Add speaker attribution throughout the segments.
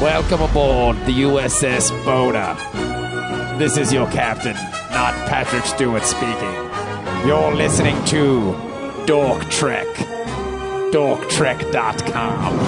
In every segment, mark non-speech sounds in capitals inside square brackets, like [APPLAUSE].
Speaker 1: Welcome aboard the USS Boda. This is your captain, not Patrick Stewart speaking. You're listening to Dork Trek. DorkTrek.com.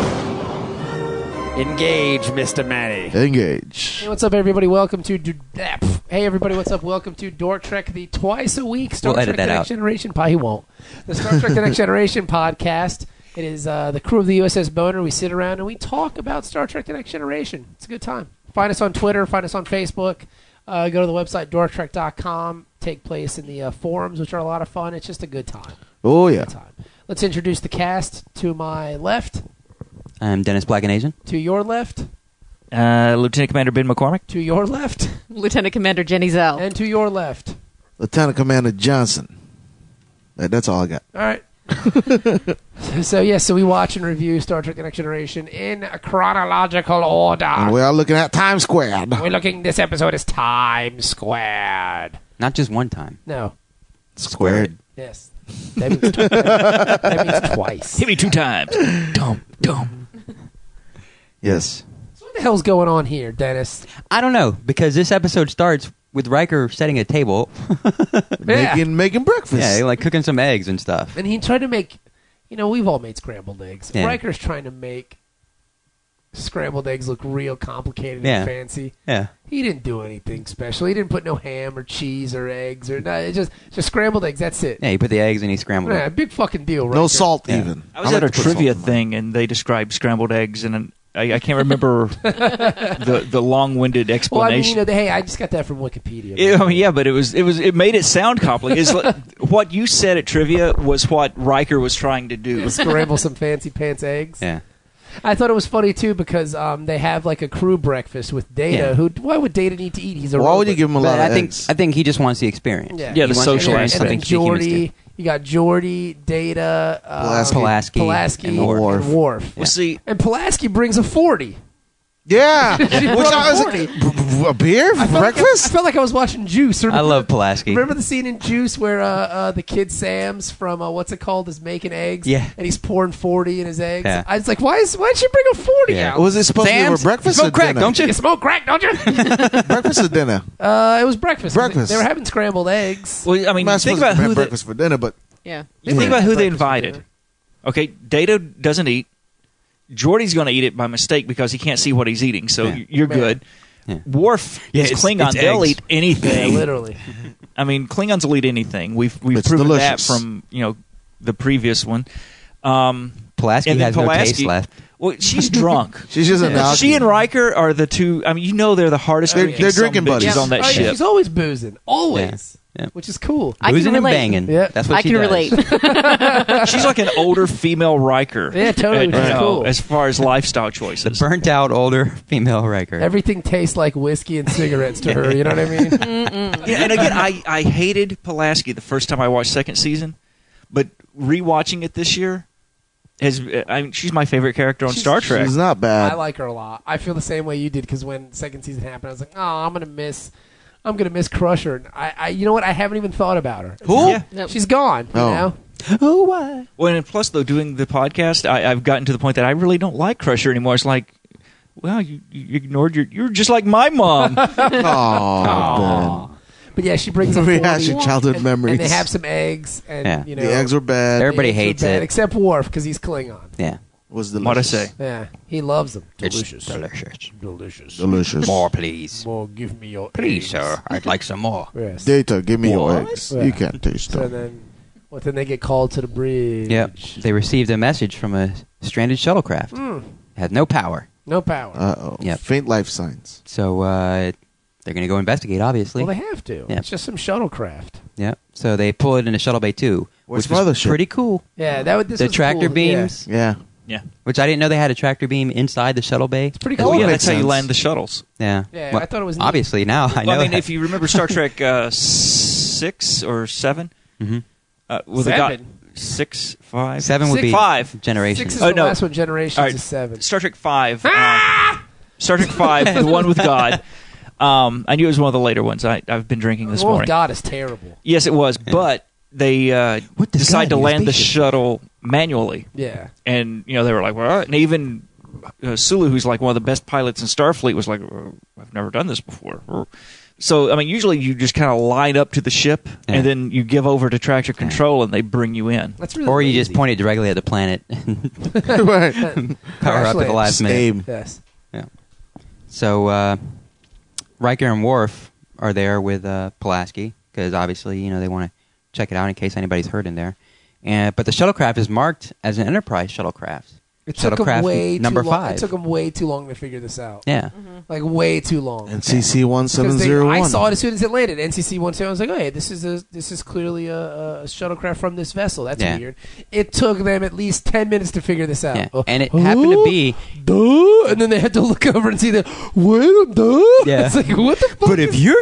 Speaker 1: Engage, Mr. Manny.
Speaker 2: Engage.
Speaker 3: Hey, what's up, everybody? Welcome to. Du- ah, pff. Hey, everybody, what's up? Welcome to Dork Trek, the twice a week Star
Speaker 4: We'll
Speaker 3: Trek
Speaker 4: edit
Speaker 3: The
Speaker 4: that
Speaker 3: Next
Speaker 4: out.
Speaker 3: Generation. Pod. He won't. The Star Trek The
Speaker 4: [LAUGHS]
Speaker 3: Next Generation podcast. It is uh, the crew of the USS Boner. We sit around and we talk about Star Trek The Next Generation. It's a good time. Find us on Twitter, find us on Facebook. Uh, go to the website dorktrek.com. Take place in the uh, forums, which are a lot of fun. It's just a good time.
Speaker 2: Oh yeah.
Speaker 3: Time. Let's introduce the cast. To my left,
Speaker 4: I'm Um, Dennis Black and Asian.
Speaker 3: to your left,
Speaker 5: Uh, Lieutenant Commander Ben McCormick.
Speaker 3: to your left,
Speaker 6: Lieutenant Commander Jenny Zell.
Speaker 3: and to your left.
Speaker 2: Lieutenant Commander Johnson. That- that's all I got.
Speaker 3: All right. [LAUGHS] so yes, so we watch and review Star Trek: The Next Generation in chronological
Speaker 2: And
Speaker 3: order.
Speaker 2: we are looking at Times Square.
Speaker 3: We're looking. This episode is Times Squared.
Speaker 4: Not just one time.
Speaker 3: No.
Speaker 2: Squared.
Speaker 3: Yes. That means, [LAUGHS] that means twice.
Speaker 5: Hit me
Speaker 4: [GASPS]
Speaker 5: two times. dump, dump.
Speaker 2: Yes.
Speaker 3: So what the hell's going on here, Dennis?
Speaker 4: I don't know because this episode starts with Riker setting a table. [LAUGHS]
Speaker 3: Yeah.
Speaker 2: Making making breakfast.
Speaker 4: yeah, like cooking some eggs and stuff.
Speaker 3: And he tried to make. You know, we've all made scrambled eggs.
Speaker 4: Yeah.
Speaker 3: Riker's trying to make scrambled eggs look real complicated
Speaker 4: Yeah.
Speaker 3: and fancy.
Speaker 4: Yeah,
Speaker 3: He didn't do anything special. He didn't put no ham or cheese or eggs or no. It's just just scrambled eggs. That's it.
Speaker 4: yeah. He put the eggs and he scrambled.
Speaker 3: Yeah,
Speaker 4: it.
Speaker 3: big fucking deal, right?
Speaker 2: no
Speaker 3: there.
Speaker 2: salt
Speaker 4: Yeah.
Speaker 2: even.
Speaker 5: I was
Speaker 2: like
Speaker 5: at a
Speaker 2: to put salt
Speaker 5: trivia
Speaker 2: in mine.
Speaker 5: thing and they described scrambled eggs and an, I, I can't remember the the long winded
Speaker 3: Well, I mean, you
Speaker 5: explanation.
Speaker 3: know, hey, I just got that from Wikipedia.
Speaker 5: Yeah, I mean, yeah, but it was it was it made it sound complicated. It's like, [LAUGHS] what you said at trivia was what Riker was trying to do.
Speaker 3: Scramble some fancy pants eggs.
Speaker 4: Yeah,
Speaker 3: I thought it was funny too because um, they have like a crew breakfast with Data.
Speaker 4: Yeah.
Speaker 3: Who? Why would Data need to eat? He's a
Speaker 2: Why would
Speaker 3: robot.
Speaker 2: you give him a lot
Speaker 4: but I
Speaker 2: of
Speaker 4: think
Speaker 2: eggs?
Speaker 4: I think he just wants the experience.
Speaker 3: Yeah.
Speaker 5: Yeah,
Speaker 4: He
Speaker 5: the
Speaker 4: wants
Speaker 5: social
Speaker 4: experience.
Speaker 3: And
Speaker 5: aspect.
Speaker 3: then
Speaker 4: I think humans do.
Speaker 3: Geordi, you got Geordi, Data, uh,
Speaker 4: Pulaski.
Speaker 3: Pulaski,
Speaker 4: And Worf.
Speaker 3: and Worf.
Speaker 5: Well, see,
Speaker 3: And Pulaski brings a forty.
Speaker 2: yeah. Which
Speaker 3: brought
Speaker 2: I was
Speaker 3: forty.
Speaker 2: like, [LAUGHS] "B- b- a beer for
Speaker 3: I felt like I- I
Speaker 2: breakfast?
Speaker 3: felt like I was watching Juice.
Speaker 4: I love Pulaski.
Speaker 3: Remember the scene in Juice where uh, uh, the kid Sam's from uh, what's it called is making eggs,
Speaker 4: Yeah.
Speaker 3: and he's pouring forty in his eggs.
Speaker 4: Yeah.
Speaker 3: I was like, why is why would she bring a forty
Speaker 4: Yeah.
Speaker 3: out?
Speaker 2: was it supposed to be
Speaker 4: Sam's?
Speaker 2: for breakfast
Speaker 4: Smoke
Speaker 2: or
Speaker 4: crack,
Speaker 2: dinner?
Speaker 4: don't
Speaker 3: [LAUGHS]
Speaker 4: you?
Speaker 3: you smoke crack, don't you?
Speaker 2: breakfast or dinner?
Speaker 3: uh, it was breakfast.
Speaker 2: Breakfast.
Speaker 3: They were having scrambled
Speaker 5: [LAUGHS]
Speaker 3: eggs.
Speaker 5: well, I
Speaker 2: I'm
Speaker 5: mean,
Speaker 2: not
Speaker 5: think
Speaker 2: supposed to
Speaker 5: about
Speaker 2: have
Speaker 5: who the,
Speaker 2: breakfast for dinner, but
Speaker 6: yeah.
Speaker 2: Yeah.
Speaker 5: Think about who they
Speaker 3: Breakfast
Speaker 5: invited.
Speaker 3: dinner.
Speaker 5: Okay, Data doesn't eat. Jordy's going to eat it by mistake because he can't see what he's eating, so
Speaker 4: Yeah.
Speaker 5: y- you're
Speaker 3: Yeah.
Speaker 5: good.
Speaker 4: Yeah.
Speaker 5: Worf
Speaker 4: Yeah,
Speaker 5: is
Speaker 4: it's-
Speaker 5: Klingon.
Speaker 4: it's
Speaker 5: They'll
Speaker 4: eggs.
Speaker 5: eat anything.
Speaker 3: Yeah, literally.
Speaker 5: I mean, Klingons will eat anything. We've we've
Speaker 2: It's
Speaker 5: proven
Speaker 2: delicious.
Speaker 5: that from you know the previous one. Um,
Speaker 4: Pulaski
Speaker 5: and then
Speaker 4: has no taste
Speaker 5: Pulaski-
Speaker 4: left.
Speaker 5: Well,
Speaker 4: [LAUGHS]
Speaker 5: she's drunk.
Speaker 2: she's just an
Speaker 5: she
Speaker 2: algae.
Speaker 5: and Riker are the two. I mean, you know they're the hardest.
Speaker 2: They're-
Speaker 5: drinking
Speaker 2: Oh, they're
Speaker 5: son of
Speaker 2: drinking
Speaker 5: bitches
Speaker 2: buddies.
Speaker 5: on that
Speaker 3: Oh, yeah,
Speaker 5: ship.
Speaker 3: She's always boozing, always,
Speaker 4: Yeah. Yeah.
Speaker 3: which is cool.
Speaker 6: I can
Speaker 4: Boozing and
Speaker 6: relate.
Speaker 4: banging.
Speaker 3: Yeah.
Speaker 4: That's what
Speaker 6: I
Speaker 4: she
Speaker 6: can
Speaker 4: does.
Speaker 6: relate.
Speaker 5: She's like an older female Riker.
Speaker 3: Yeah, totally,
Speaker 5: uh,
Speaker 3: which is
Speaker 5: you know,
Speaker 3: cool.
Speaker 5: As far as lifestyle
Speaker 4: The
Speaker 5: choices,
Speaker 4: burnt out older [LAUGHS] female Riker.
Speaker 3: Everything tastes like whiskey and cigarettes to her. You know what I mean?
Speaker 5: Yeah, and again, I, I hated Pulaski the first time I watched second season, but rewatching it this year has I mean, she's my favorite character on
Speaker 3: She's-
Speaker 5: Star Trek.
Speaker 2: She's not bad.
Speaker 3: I like her a lot. I feel the same way you did because when second season happened, I was like, oh, I'm gonna miss, I'm gonna miss Crusher. And I, I, you know what? I haven't even thought about her.
Speaker 2: Who?
Speaker 5: Yeah.
Speaker 6: Nope.
Speaker 3: She's gone. You
Speaker 2: Oh.
Speaker 3: know?
Speaker 4: oh, what?
Speaker 5: Well, and plus though, doing the podcast, I, I've gotten to the point that I really don't like Crusher anymore. It's like, well, you, you ignored your, you're just like
Speaker 2: [LAUGHS]
Speaker 5: my mom.
Speaker 2: Oh,
Speaker 3: But yeah,
Speaker 2: [LAUGHS]
Speaker 3: she brings
Speaker 2: Ben.
Speaker 3: up
Speaker 2: Rehash your childhood
Speaker 3: and
Speaker 2: memories.
Speaker 3: they have some eggs, and
Speaker 4: Yeah.
Speaker 3: you know
Speaker 2: the eggs were bad.
Speaker 3: the
Speaker 4: Everybody
Speaker 3: eggs were
Speaker 4: hates
Speaker 3: bad,
Speaker 4: it.
Speaker 3: except Worf because he's Klingon.
Speaker 4: Yeah.
Speaker 2: was
Speaker 5: What I
Speaker 2: delicious.
Speaker 5: say?
Speaker 3: Yeah, he loves them.
Speaker 4: Delicious. Delicious.
Speaker 3: delicious.
Speaker 2: Delicious.
Speaker 4: More, please.
Speaker 3: Well, give me your
Speaker 4: Please,
Speaker 3: eggs.
Speaker 4: sir. I'd like some more.
Speaker 3: Yes.
Speaker 2: Data, give me your
Speaker 4: What?
Speaker 2: eggs.
Speaker 3: Yeah.
Speaker 2: You can't taste
Speaker 3: so
Speaker 2: them.
Speaker 3: then, well, then they get called to the bridge.
Speaker 4: Yep. They received a message from a stranded shuttlecraft.
Speaker 3: Mm.
Speaker 4: Had no power.
Speaker 3: Hmm, No power.
Speaker 2: uh oh.
Speaker 4: Yep.
Speaker 2: Faint life signs.
Speaker 4: So uh, they're going to go investigate, obviously.
Speaker 3: well, they have to.
Speaker 4: Yeah.
Speaker 3: It's just some shuttlecraft.
Speaker 4: yeah. So they pull it into Shuttle Bay 2,
Speaker 2: Where's
Speaker 4: which was
Speaker 2: Mothership?
Speaker 4: pretty cool.
Speaker 3: Yeah, that would. This
Speaker 4: the
Speaker 3: was
Speaker 4: tractor
Speaker 3: cool. Yeah.
Speaker 4: beams,
Speaker 2: Yeah.
Speaker 5: Yeah,
Speaker 4: which I didn't know they had a tractor beam inside the Shuttle Bay. It's
Speaker 3: pretty
Speaker 2: That
Speaker 3: cool.
Speaker 2: would
Speaker 5: Oh, yeah,
Speaker 2: make
Speaker 5: that's how you
Speaker 2: sense.
Speaker 5: land the shuttles.
Speaker 4: Yeah.
Speaker 3: Yeah, I thought it was neat.
Speaker 4: Obviously, now I know.
Speaker 5: Well, I mean,
Speaker 4: that.
Speaker 5: if you remember Star Trek uh, six or 7
Speaker 4: Mhm.
Speaker 5: uh, with
Speaker 3: Seven.
Speaker 5: a guy, six,
Speaker 4: [LAUGHS]
Speaker 5: five,
Speaker 4: Seven would
Speaker 5: six-
Speaker 4: be
Speaker 5: five.
Speaker 4: generation.
Speaker 3: Six is
Speaker 5: Oh,
Speaker 3: the
Speaker 5: no.
Speaker 3: last one. Generations
Speaker 5: All right.
Speaker 3: is seven. Ah!
Speaker 5: Star Trek Five. um, Star Trek Five, the one with God.
Speaker 4: [LAUGHS]
Speaker 5: Um, I knew it was one of the later ones. I, I've been drinking this
Speaker 3: Well,
Speaker 5: morning.
Speaker 3: Oh, God is terrible.
Speaker 5: Yes, it was, but they uh,
Speaker 4: What does
Speaker 5: decided
Speaker 4: God
Speaker 5: to
Speaker 4: need a
Speaker 5: land the
Speaker 4: spaceship?
Speaker 5: shuttle manually,
Speaker 3: Yeah.
Speaker 5: and you know they were like, "What?" And even uh, Sulu, who's like one of the best pilots in Starfleet, was like, "Uh, I've never done this before. Or- So, I mean, usually you just kind of line up to the ship
Speaker 4: Yeah.
Speaker 5: and then you give over to tractor control and they bring you in.
Speaker 3: That's really
Speaker 4: Or you just
Speaker 3: lazy. [LAUGHS]
Speaker 4: point [LAUGHS] it directly at the planet [LAUGHS] and
Speaker 2: right.
Speaker 4: power up at the last
Speaker 2: Just
Speaker 4: minute.
Speaker 2: aim.
Speaker 3: Yes.
Speaker 4: So uh, Riker and Worf are there with uh, Pulaski because obviously you know they want to check it out in case anybody's hurt in there. And but the shuttlecraft is marked as an Enterprise shuttlecraft.
Speaker 3: It took 'em
Speaker 4: Shuttlecraft
Speaker 3: way
Speaker 4: number
Speaker 3: too long.
Speaker 4: five.
Speaker 3: It took 'em Mm-hmm. way too long to figure this out.
Speaker 4: Yeah,
Speaker 3: Like way too long.
Speaker 2: And CC one seven
Speaker 3: Because they-
Speaker 2: zero
Speaker 3: I
Speaker 2: one.
Speaker 3: saw it as soon as it landed. NCC one two. I was like, oh hey, this is a, this is clearly a, a shuttlecraft from this vessel. That's
Speaker 4: Yeah.
Speaker 3: weird. It took them at least ten minutes to figure this out.
Speaker 4: yeah.
Speaker 3: Oh,
Speaker 4: And it happened to
Speaker 3: oh,
Speaker 4: be.
Speaker 3: duh, and then they had to look over and see the wait, duh.
Speaker 4: Yeah.
Speaker 3: It's like what the fuck?
Speaker 4: But if your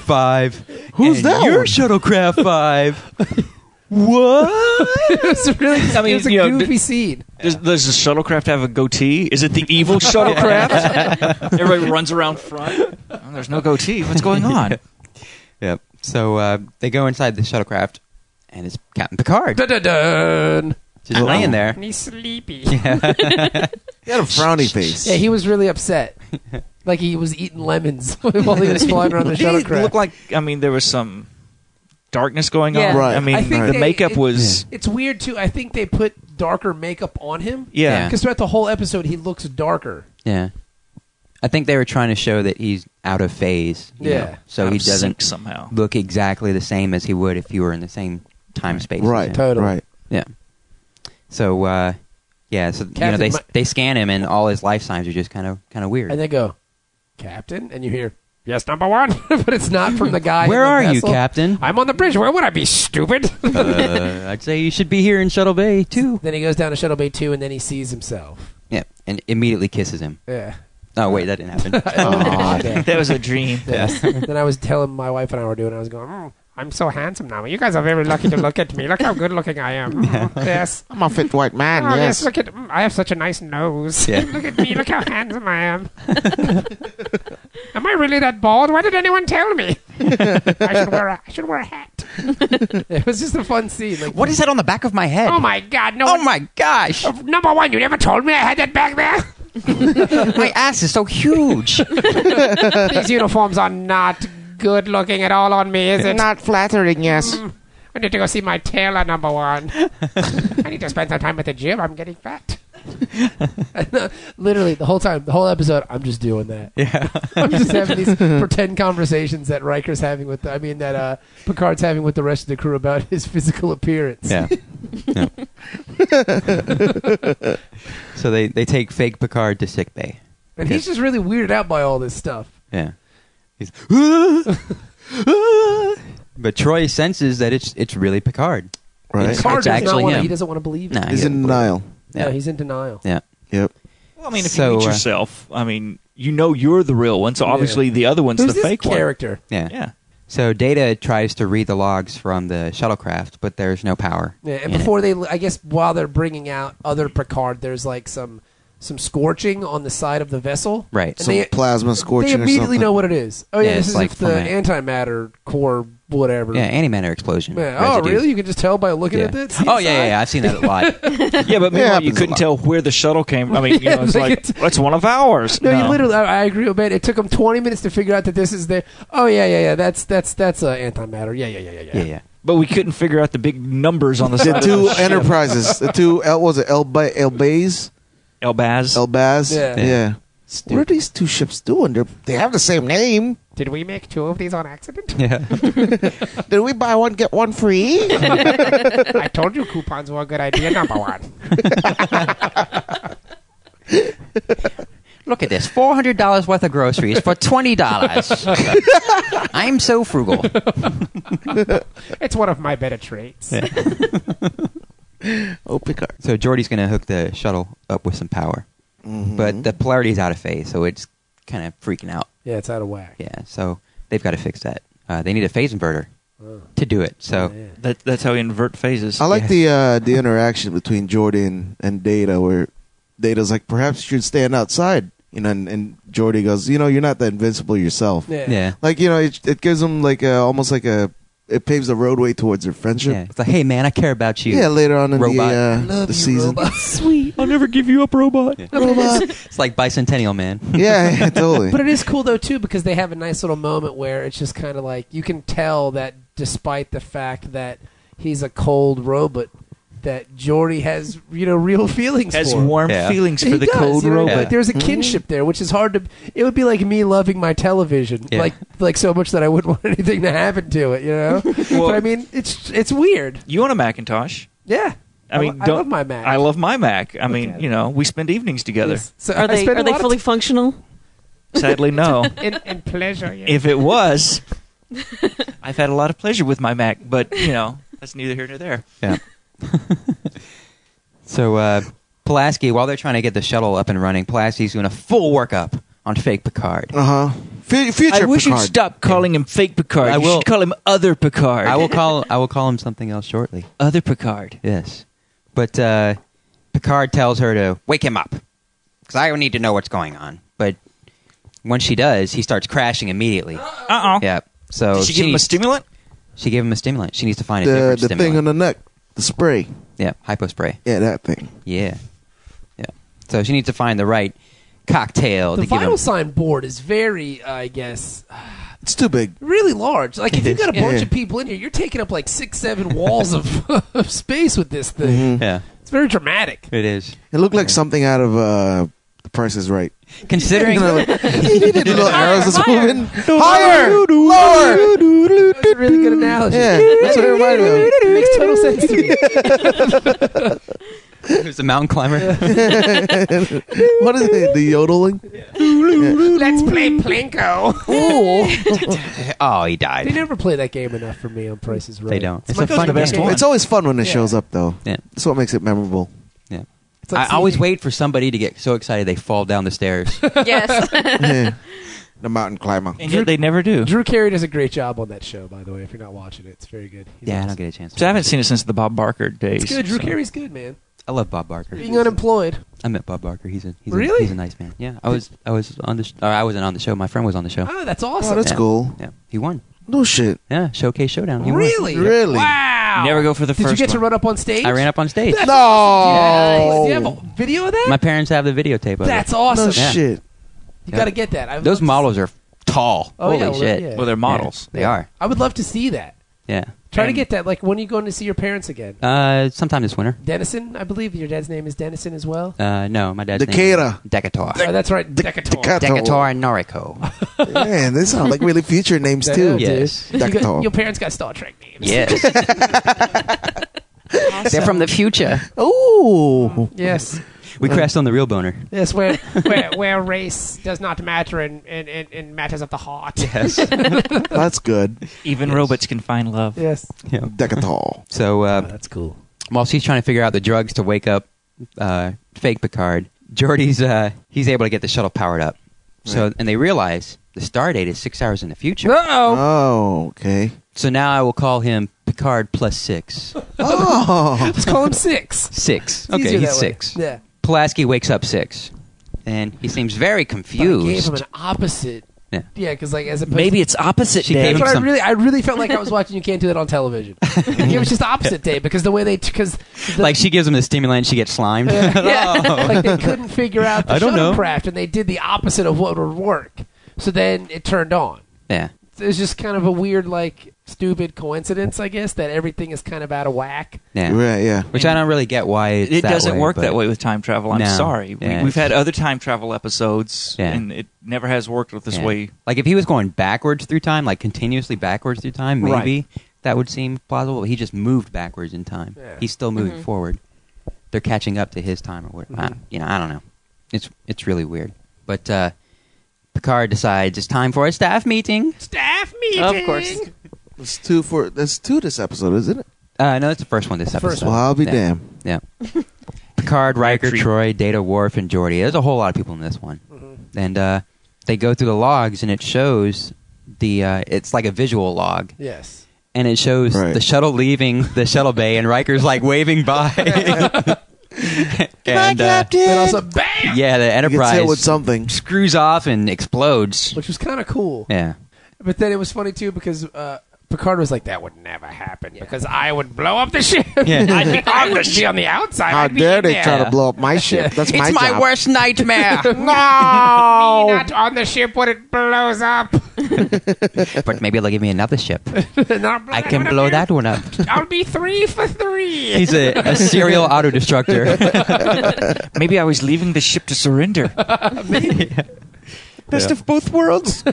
Speaker 3: [LAUGHS]
Speaker 4: five,
Speaker 2: Who's
Speaker 4: and
Speaker 2: that
Speaker 4: Your
Speaker 2: one?
Speaker 4: shuttlecraft five. what?
Speaker 3: [LAUGHS] it was really.
Speaker 5: I mean,
Speaker 3: it was a
Speaker 5: you know,
Speaker 3: goofy
Speaker 5: d-
Speaker 3: scene.
Speaker 5: Does, does the shuttlecraft have a goatee? Is [LAUGHS] it the evil [LAUGHS] shuttlecraft? Everybody runs around front. Oh, there's no goatee. What's [LAUGHS] going on?
Speaker 4: Yep. So uh, they go inside the shuttlecraft, and it's Captain Picard
Speaker 3: Dun, dun, dun.
Speaker 4: just laying
Speaker 3: oh.
Speaker 4: there.
Speaker 6: Me sleepy.
Speaker 2: He had a frowny face.
Speaker 3: Yeah, he was really [LAUGHS] upset. like he was eating lemons [LAUGHS] while he was flying around the
Speaker 5: It
Speaker 3: shuttlecraft.
Speaker 5: looked like I mean there was some darkness going
Speaker 6: Yeah.
Speaker 5: on.
Speaker 2: Right.
Speaker 5: I mean
Speaker 3: I think
Speaker 5: the
Speaker 3: they-
Speaker 5: makeup
Speaker 3: it-
Speaker 5: was
Speaker 3: it's weird too. I think they put darker makeup on him.
Speaker 5: yeah.
Speaker 3: Because throughout the whole episode, he looks darker.
Speaker 4: Yeah. I think they were trying to show that he's out of phase. you
Speaker 3: Yeah.
Speaker 4: know, so
Speaker 5: out
Speaker 4: he
Speaker 5: of sync
Speaker 4: doesn't
Speaker 5: somehow.
Speaker 4: look exactly the same as he would if he were in the same time space.
Speaker 2: Right.
Speaker 4: Yeah.
Speaker 3: Totally.
Speaker 2: Right.
Speaker 4: So uh, yeah, so you know
Speaker 3: Captain
Speaker 4: they
Speaker 3: Mi-
Speaker 4: they scan him and all his life signs are just kind of kind of weird.
Speaker 3: And they go, Captain? And you hear, [LAUGHS] Yes, number one. but it's not from the guy. in
Speaker 4: Where
Speaker 3: the
Speaker 4: are you,
Speaker 3: vessel.
Speaker 4: Captain?
Speaker 3: I'm on the bridge. Where would I be, stupid?
Speaker 4: [LAUGHS] uh, I'd say you should be here in Shuttle Bay too.
Speaker 3: then he goes down to Shuttle Bay 2 and then he sees himself.
Speaker 4: Yeah, and immediately kisses him.
Speaker 3: Yeah.
Speaker 4: Oh wait, that
Speaker 3: [LAUGHS]
Speaker 4: didn't happen.
Speaker 3: Yeah.
Speaker 5: [LAUGHS] That was a dream. [LAUGHS]
Speaker 3: [LAUGHS] then I was telling my wife and I were doing. I was going, mm, "I'm so handsome now. You guys are very lucky to look at me. Look how good looking I am. Mm, [LAUGHS] Yes,
Speaker 2: I'm a fit white man.
Speaker 3: oh, yes.
Speaker 2: yes.
Speaker 3: Look at mm, I have such a nice nose.
Speaker 4: Yeah.
Speaker 3: [LAUGHS] look at me. Look how handsome I am. [LAUGHS] am I really that bald? Why did anyone tell me? [LAUGHS] I should wear a, I should wear a hat. it was just a fun scene. Like,
Speaker 4: what is that on the back of my head?
Speaker 3: Oh my god! No.
Speaker 4: Oh
Speaker 3: one-
Speaker 4: my
Speaker 3: [LAUGHS]
Speaker 4: gosh!
Speaker 3: Number one, you never told me I had that back there.
Speaker 4: My ass is so huge.
Speaker 3: These uniforms are not good looking at all on me, is it? Mm.
Speaker 2: Not flattering. Yes.
Speaker 3: I need to go see my tailor, number one. I need to spend some time at the gym. I'm getting fat. Literally, the whole time, the whole episode, I'm just doing that.
Speaker 4: yeah.
Speaker 3: I'm just having these pretend conversations that Riker's having with, I mean, that uh, Picard's having with the rest of the crew about [LAUGHS] his physical appearance.
Speaker 4: Yeah. Yeah. [LAUGHS] so they, they take fake Picard to sick bay.
Speaker 3: And he's just really weirded out by all this stuff.
Speaker 4: Yeah. He's [LAUGHS] "Ah! Ah!" But Troy senses that it's it's really Picard.
Speaker 2: Right.
Speaker 4: It's-
Speaker 3: Picard
Speaker 4: it's
Speaker 3: does not
Speaker 4: actually
Speaker 3: wanna-
Speaker 4: him.
Speaker 3: He doesn't want to believe it.
Speaker 4: Nah,
Speaker 2: He's
Speaker 4: he-
Speaker 2: in denial.
Speaker 3: No,
Speaker 4: yeah.
Speaker 3: he's in denial.
Speaker 4: yeah.
Speaker 2: Yep.
Speaker 5: Well, I mean, if
Speaker 4: So,
Speaker 5: you meet
Speaker 4: uh,
Speaker 5: yourself, I mean, you know you're the real one, so obviously the other one's
Speaker 3: Who's
Speaker 5: the
Speaker 3: this
Speaker 5: fake
Speaker 3: character?
Speaker 4: Yeah.
Speaker 5: one. Yeah.
Speaker 4: So Data tries to read the logs from the shuttlecraft, but there's no power.
Speaker 3: Yeah, and
Speaker 4: in it.
Speaker 3: before they, I guess, while they're bringing out other Picard, there's like some some scorching on the side of the vessel.
Speaker 4: Right.
Speaker 3: And
Speaker 4: Some
Speaker 3: they,
Speaker 2: Plasma
Speaker 3: they
Speaker 2: scorching.
Speaker 3: immediately
Speaker 2: or something.
Speaker 3: know what it is. Oh yeah,
Speaker 4: Yeah,
Speaker 3: this
Speaker 4: it's
Speaker 3: is
Speaker 4: like
Speaker 3: if the
Speaker 4: from a-
Speaker 3: antimatter core whatever.
Speaker 4: yeah, antimatter explosion.
Speaker 3: Yeah. Oh
Speaker 4: residue.
Speaker 3: really? You can just tell by looking
Speaker 4: Yeah.
Speaker 3: at this.
Speaker 4: Oh yeah, yeah, yeah, I've seen that a
Speaker 3: [LAUGHS]
Speaker 4: lot.
Speaker 5: [LAUGHS] Yeah, but meanwhile,
Speaker 2: happens
Speaker 5: you
Speaker 2: a
Speaker 5: couldn't
Speaker 2: lot.
Speaker 5: tell where the shuttle came. I mean, you
Speaker 3: Yeah,
Speaker 5: know, it's
Speaker 3: like
Speaker 5: like,
Speaker 3: [LAUGHS] it's-
Speaker 5: that's one of ours.
Speaker 3: No, you literally. I, I agree with Ben. It took them 20 minutes to figure out that this is the. Oh yeah, yeah, yeah. That's that's that's uh, antimatter. Yeah, yeah, yeah, yeah, yeah.
Speaker 4: yeah, yeah.
Speaker 5: But we couldn't figure out the big numbers on the
Speaker 2: The
Speaker 5: side.
Speaker 2: two
Speaker 5: of the ship.
Speaker 2: [LAUGHS] enterprises.
Speaker 3: [LAUGHS]
Speaker 2: The two. El, what was it El ba- El Bays?
Speaker 5: El Baz.
Speaker 2: El Baz.
Speaker 3: Yeah.
Speaker 4: Yeah.
Speaker 2: What are these two ships doing? They're, they have the same name.
Speaker 3: Did we make two of these on accident?
Speaker 4: Yeah.
Speaker 2: [LAUGHS] Did we buy one get one free?
Speaker 3: [LAUGHS] I told you coupons were a good idea. Number one.
Speaker 4: Look at this. Four hundred dollars worth of groceries for twenty [LAUGHS] dollars. I'm so frugal.
Speaker 3: It's one of my better traits.
Speaker 2: oh, Picard.
Speaker 4: So Jordy's going to hook the shuttle up with some power,
Speaker 5: Mm-hmm.
Speaker 4: but the polarity's out of phase, so it's kind of freaking out.
Speaker 3: Yeah, it's out of whack.
Speaker 4: Yeah, so they've got to fix that. Uh, they need a phase inverter to do it. So
Speaker 3: Yeah.
Speaker 5: Oh. That, that's how you invert phases.
Speaker 2: I like the uh, the interaction between Jordan and Data, where Data's like, perhaps you should stand outside, you know, and, and Jordy goes, you know, you're not that invincible yourself.
Speaker 3: Yeah.
Speaker 4: yeah,
Speaker 2: Like you know, it, it gives him like a, almost like a it paves the roadway towards their friendship.
Speaker 4: Yeah, it's like, hey man, I care about you.
Speaker 2: Yeah, later on in
Speaker 4: Robot.
Speaker 2: the uh, the season.
Speaker 3: Sweet.
Speaker 4: I'll never give you up, robot.
Speaker 2: Robot.
Speaker 4: It's like Bicentennial Man.
Speaker 2: [LAUGHS] yeah, yeah, totally. [LAUGHS]
Speaker 3: But it is cool though too because they have a nice little moment where it's just kind of like you can tell that despite the fact that he's a cold robot, that Jordy has you know real feelings
Speaker 5: Has
Speaker 3: for. him.
Speaker 5: warm
Speaker 4: Yeah.
Speaker 5: feelings
Speaker 3: He
Speaker 5: for the
Speaker 3: does,
Speaker 5: cold
Speaker 3: you know,
Speaker 5: robot.
Speaker 3: like, there's a kinship there, which is hard to. It would be like me loving my television,
Speaker 4: Yeah.
Speaker 3: like like so much that I wouldn't [LAUGHS] want anything to happen to it. You know, but I mean, it's it's weird.
Speaker 5: You own a Macintosh.
Speaker 3: Yeah,
Speaker 5: I mean,
Speaker 3: lo- I
Speaker 5: don't-
Speaker 3: love my Mac.
Speaker 5: I love my Mac. I mean,
Speaker 3: at it.
Speaker 5: you know, we spend
Speaker 3: [LAUGHS]
Speaker 5: evenings together.
Speaker 3: Yes. So I
Speaker 6: Are they
Speaker 3: spend a
Speaker 6: are they
Speaker 3: lot of
Speaker 6: fully functional?
Speaker 5: Sadly, no.
Speaker 3: in, in pleasure. Yeah.
Speaker 5: if
Speaker 3: [LAUGHS]
Speaker 5: it was, I've had a lot of pleasure with my Mac, but you know, that's neither here nor there.
Speaker 4: Yeah. [LAUGHS] so uh, Pulaski, while they're trying to get the shuttle up and running, Pulaski's doing a full workup on fake Picard.
Speaker 5: Oh,
Speaker 2: Uh huh. F- future
Speaker 5: I wish
Speaker 2: Picard.
Speaker 5: you'd stop calling him fake Picard.
Speaker 4: I
Speaker 5: you
Speaker 4: will.
Speaker 5: should call him other Picard.
Speaker 4: I will call. I will call him something else shortly.
Speaker 5: other Picard.
Speaker 4: Yes, but uh, Picard tells her to wake him up because I need to know what's going on. But when she does, he starts crashing
Speaker 5: [GASPS]
Speaker 4: immediately.
Speaker 5: Uh oh.
Speaker 4: Yeah. Oh, So
Speaker 5: Did she give him a
Speaker 4: needs-
Speaker 5: stimulant?
Speaker 4: She gave him a stimulant. She needs to find a
Speaker 2: the
Speaker 4: different
Speaker 2: the
Speaker 4: stimulant.
Speaker 2: thing on the neck, the spray.
Speaker 4: yeah, hypo spray.
Speaker 2: Yeah, that thing.
Speaker 4: Yeah, yeah. So she needs to find the right cocktail
Speaker 3: the
Speaker 4: to give him.
Speaker 3: vital sign board is very, I guess,
Speaker 2: It's too big.
Speaker 3: really large. Like if you've got a bunch
Speaker 2: Yeah.
Speaker 3: of people in here, you're taking up like six, seven walls of, of space with this thing.
Speaker 4: Yeah,
Speaker 3: It's very dramatic.
Speaker 4: it is.
Speaker 2: It looked like something out of uh, The Price is Right.
Speaker 4: [LAUGHS]
Speaker 3: [LAUGHS]
Speaker 4: Considering
Speaker 2: the little arrows that's moving. Higher, lower.
Speaker 3: That's a really good analogy.
Speaker 2: Yeah, that's what it reminded me of.
Speaker 3: It makes total sense to me.
Speaker 4: it was a mountain climber,
Speaker 2: What is it? The yodeling?
Speaker 3: Let's play Plinko.
Speaker 4: [LAUGHS] oh,
Speaker 3: They
Speaker 4: he died.
Speaker 3: never play that game enough for me on Price is Right.
Speaker 4: They don't. It's
Speaker 3: my
Speaker 4: a fun
Speaker 3: favorite
Speaker 5: best
Speaker 3: game.
Speaker 5: one.
Speaker 2: It's always fun when it
Speaker 3: Yeah.
Speaker 2: shows up, though.
Speaker 4: Yeah.
Speaker 2: That's what makes it memorable.
Speaker 4: Yeah.
Speaker 3: It's like
Speaker 4: I always
Speaker 3: seeing-
Speaker 4: wait for somebody to get so excited they fall down
Speaker 3: [LAUGHS]
Speaker 4: the stairs.
Speaker 6: [LAUGHS] yes.
Speaker 2: Yeah. The mountain climber.
Speaker 5: And yet they never do.
Speaker 3: Drew Carey does a great job on that show, by the way. If you're not watching it, it's very good. He's
Speaker 4: yeah, I don't
Speaker 3: awesome.
Speaker 4: get a chance.
Speaker 5: So I haven't seen it since the Bob Barker days.
Speaker 3: It's good. Drew
Speaker 5: so.
Speaker 3: Carey's good, man.
Speaker 4: I love Bob Barker.
Speaker 3: Being unemployed.
Speaker 4: I met Bob Barker. He's a he's
Speaker 3: Really?
Speaker 4: a, he's a nice man. Yeah, I was I was on the sh- or I wasn't on the show. My friend was on the show.
Speaker 3: Oh, that's
Speaker 2: Oh,
Speaker 3: awesome.
Speaker 2: that's
Speaker 4: Yeah.
Speaker 2: cool.
Speaker 4: Yeah, he won.
Speaker 2: No shit.
Speaker 4: Yeah, showcase showdown. He won.
Speaker 3: really?
Speaker 2: Really?
Speaker 3: Wow.
Speaker 5: Never go for the
Speaker 3: Did you
Speaker 5: first
Speaker 3: get to
Speaker 5: one.
Speaker 3: run up on stage?
Speaker 4: I ran up on stage.
Speaker 3: That's
Speaker 2: No.
Speaker 3: Do you have a video of that?
Speaker 4: [LAUGHS] My parents have the videotape of
Speaker 3: That's
Speaker 4: it.
Speaker 3: awesome.
Speaker 2: No
Speaker 4: Yeah.
Speaker 2: shit.
Speaker 3: You
Speaker 4: Yeah.
Speaker 3: got to get that. I would
Speaker 4: Those
Speaker 3: love to-
Speaker 4: models are tall.
Speaker 3: Oh,
Speaker 4: Holy
Speaker 3: yeah, well,
Speaker 4: shit!
Speaker 3: yeah.
Speaker 5: Well, they're models.
Speaker 4: They are.
Speaker 3: I would love to see that.
Speaker 4: Yeah.
Speaker 3: Try to
Speaker 5: And-
Speaker 3: get that. Like, when are you going to see your parents again?
Speaker 4: Uh, sometime this winter.
Speaker 3: Dennison, I believe your dad's name is Dennison as well.
Speaker 4: Uh, no, my dad's
Speaker 2: Decatur.
Speaker 4: name. Decatur.
Speaker 3: oh, that's right,
Speaker 2: Dec-
Speaker 3: Decatur.
Speaker 2: Decatur.
Speaker 4: Decatur and Noriko.
Speaker 2: Man, they sound like really future names,
Speaker 3: That-
Speaker 2: too.
Speaker 3: dude.
Speaker 4: Yes.
Speaker 3: You got-
Speaker 2: Decatur.
Speaker 3: your parents got Star Trek names.
Speaker 4: Yes. They're from the future.
Speaker 2: Oh.
Speaker 3: Yes.
Speaker 4: We
Speaker 3: Uh,
Speaker 4: crashed on the real boner.
Speaker 3: Yes. Where, where, where race does not matter and, and, and, and matters at the heart.
Speaker 4: Yes.
Speaker 2: That's good.
Speaker 5: Even robots can find love.
Speaker 3: Yes.
Speaker 4: yeah.
Speaker 2: Decatur.
Speaker 4: [LAUGHS]
Speaker 3: Oh,
Speaker 4: So uh,
Speaker 3: that's cool.
Speaker 4: while she's trying to figure out the drugs to wake up uh, fake Picard, Geordi's uh, he's able to get the shuttle powered up. So and they realize the star date is six hours in the future.
Speaker 3: Uh-oh.
Speaker 2: Oh, okay.
Speaker 4: So now I will call him Picard plus six.
Speaker 2: Oh.
Speaker 3: Let's call him six.
Speaker 4: [LAUGHS]
Speaker 3: It's
Speaker 4: Six.
Speaker 3: easier
Speaker 4: Okay, he's
Speaker 3: that way.
Speaker 4: six.
Speaker 3: Yeah.
Speaker 4: Pulaski wakes up six, and he seems very
Speaker 3: But I gave him
Speaker 4: confused.
Speaker 3: an opposite.
Speaker 4: Yeah.
Speaker 3: Yeah, because like as opposed
Speaker 5: Maybe it's opposite
Speaker 4: She
Speaker 5: day.
Speaker 3: That's
Speaker 4: gave him-
Speaker 3: what I
Speaker 4: some-
Speaker 3: really, I really felt like I was watching. You can't do that on television. it was just the opposite day because the way they, because
Speaker 4: [LAUGHS] Like she gives him the stimulant, she gets slimed.
Speaker 3: like they couldn't figure out the
Speaker 4: I don't know.
Speaker 3: shuttlecraft, and they did the opposite of what would work. So then it turned on.
Speaker 4: [LAUGHS] yeah.
Speaker 3: It's just kind of a weird, like stupid coincidence, I guess, that everything is kind of out of whack.
Speaker 4: Yeah.
Speaker 2: Right, yeah.
Speaker 4: Which I don't really get why it's
Speaker 5: it
Speaker 4: that
Speaker 5: doesn't
Speaker 4: way,
Speaker 5: work
Speaker 4: but-
Speaker 5: that way with time travel. I'm
Speaker 4: No.
Speaker 5: sorry. We,
Speaker 4: Yeah.
Speaker 5: we've had other time travel episodes,
Speaker 4: Yeah.
Speaker 5: and it never has worked with this
Speaker 4: Yeah.
Speaker 5: way.
Speaker 4: Like if he was going backwards through time, like continuously backwards through time,
Speaker 5: Right.
Speaker 4: maybe that would seem plausible. But he just moved backwards in time.
Speaker 3: Yeah.
Speaker 4: He's still moving forward. They're catching up to his time or whatever. I, you know, I don't know. It's it's really weird. But uh, Picard decides it's time for a staff meeting.
Speaker 3: Staff meeting,
Speaker 6: Of course.
Speaker 2: It's two for that's two this episode, isn't it?
Speaker 4: Uh, no, that's the first one this
Speaker 3: First
Speaker 4: episode.
Speaker 2: Well, I'll be
Speaker 4: yeah.
Speaker 2: damned.
Speaker 4: Yeah. Picard, Riker,
Speaker 5: Treat.
Speaker 4: Troy, Data, Worf, and Geordi. There's a whole lot of people in this one, and uh, they go through the logs, and it shows the. Uh, it's like a visual log,
Speaker 3: Yes.
Speaker 4: and it shows
Speaker 2: Right.
Speaker 4: the shuttle leaving the shuttle bay, and Riker's like
Speaker 2: [LAUGHS]
Speaker 4: waving bye. and uh,
Speaker 3: And also, bam,
Speaker 4: yeah, the
Speaker 2: You gets hit
Speaker 4: Enterprise
Speaker 2: with something.
Speaker 4: screws off and explodes.
Speaker 3: which was kind of cool.
Speaker 4: Yeah,
Speaker 3: But then it was funny too because uh, Picard was like, "That would never happen because I would blow up the ship.
Speaker 4: Yeah.
Speaker 3: [LAUGHS] I'd be, I would be on the outside.
Speaker 2: How
Speaker 3: I'd be
Speaker 2: dare
Speaker 3: in
Speaker 2: they
Speaker 3: there.
Speaker 2: try to blow up my ship? That's my, job.
Speaker 4: worst nightmare.
Speaker 3: No, me not on the ship when it blows up.
Speaker 4: but maybe they'll give me another ship.
Speaker 3: [LAUGHS] Not
Speaker 4: I can blow
Speaker 3: up.
Speaker 4: that
Speaker 3: [LAUGHS]
Speaker 4: one up.
Speaker 3: I'll be three for three.
Speaker 4: He's a, a
Speaker 3: [LAUGHS]
Speaker 4: serial auto destructor.
Speaker 5: Maybe I was leaving the ship to surrender. Best of both worlds.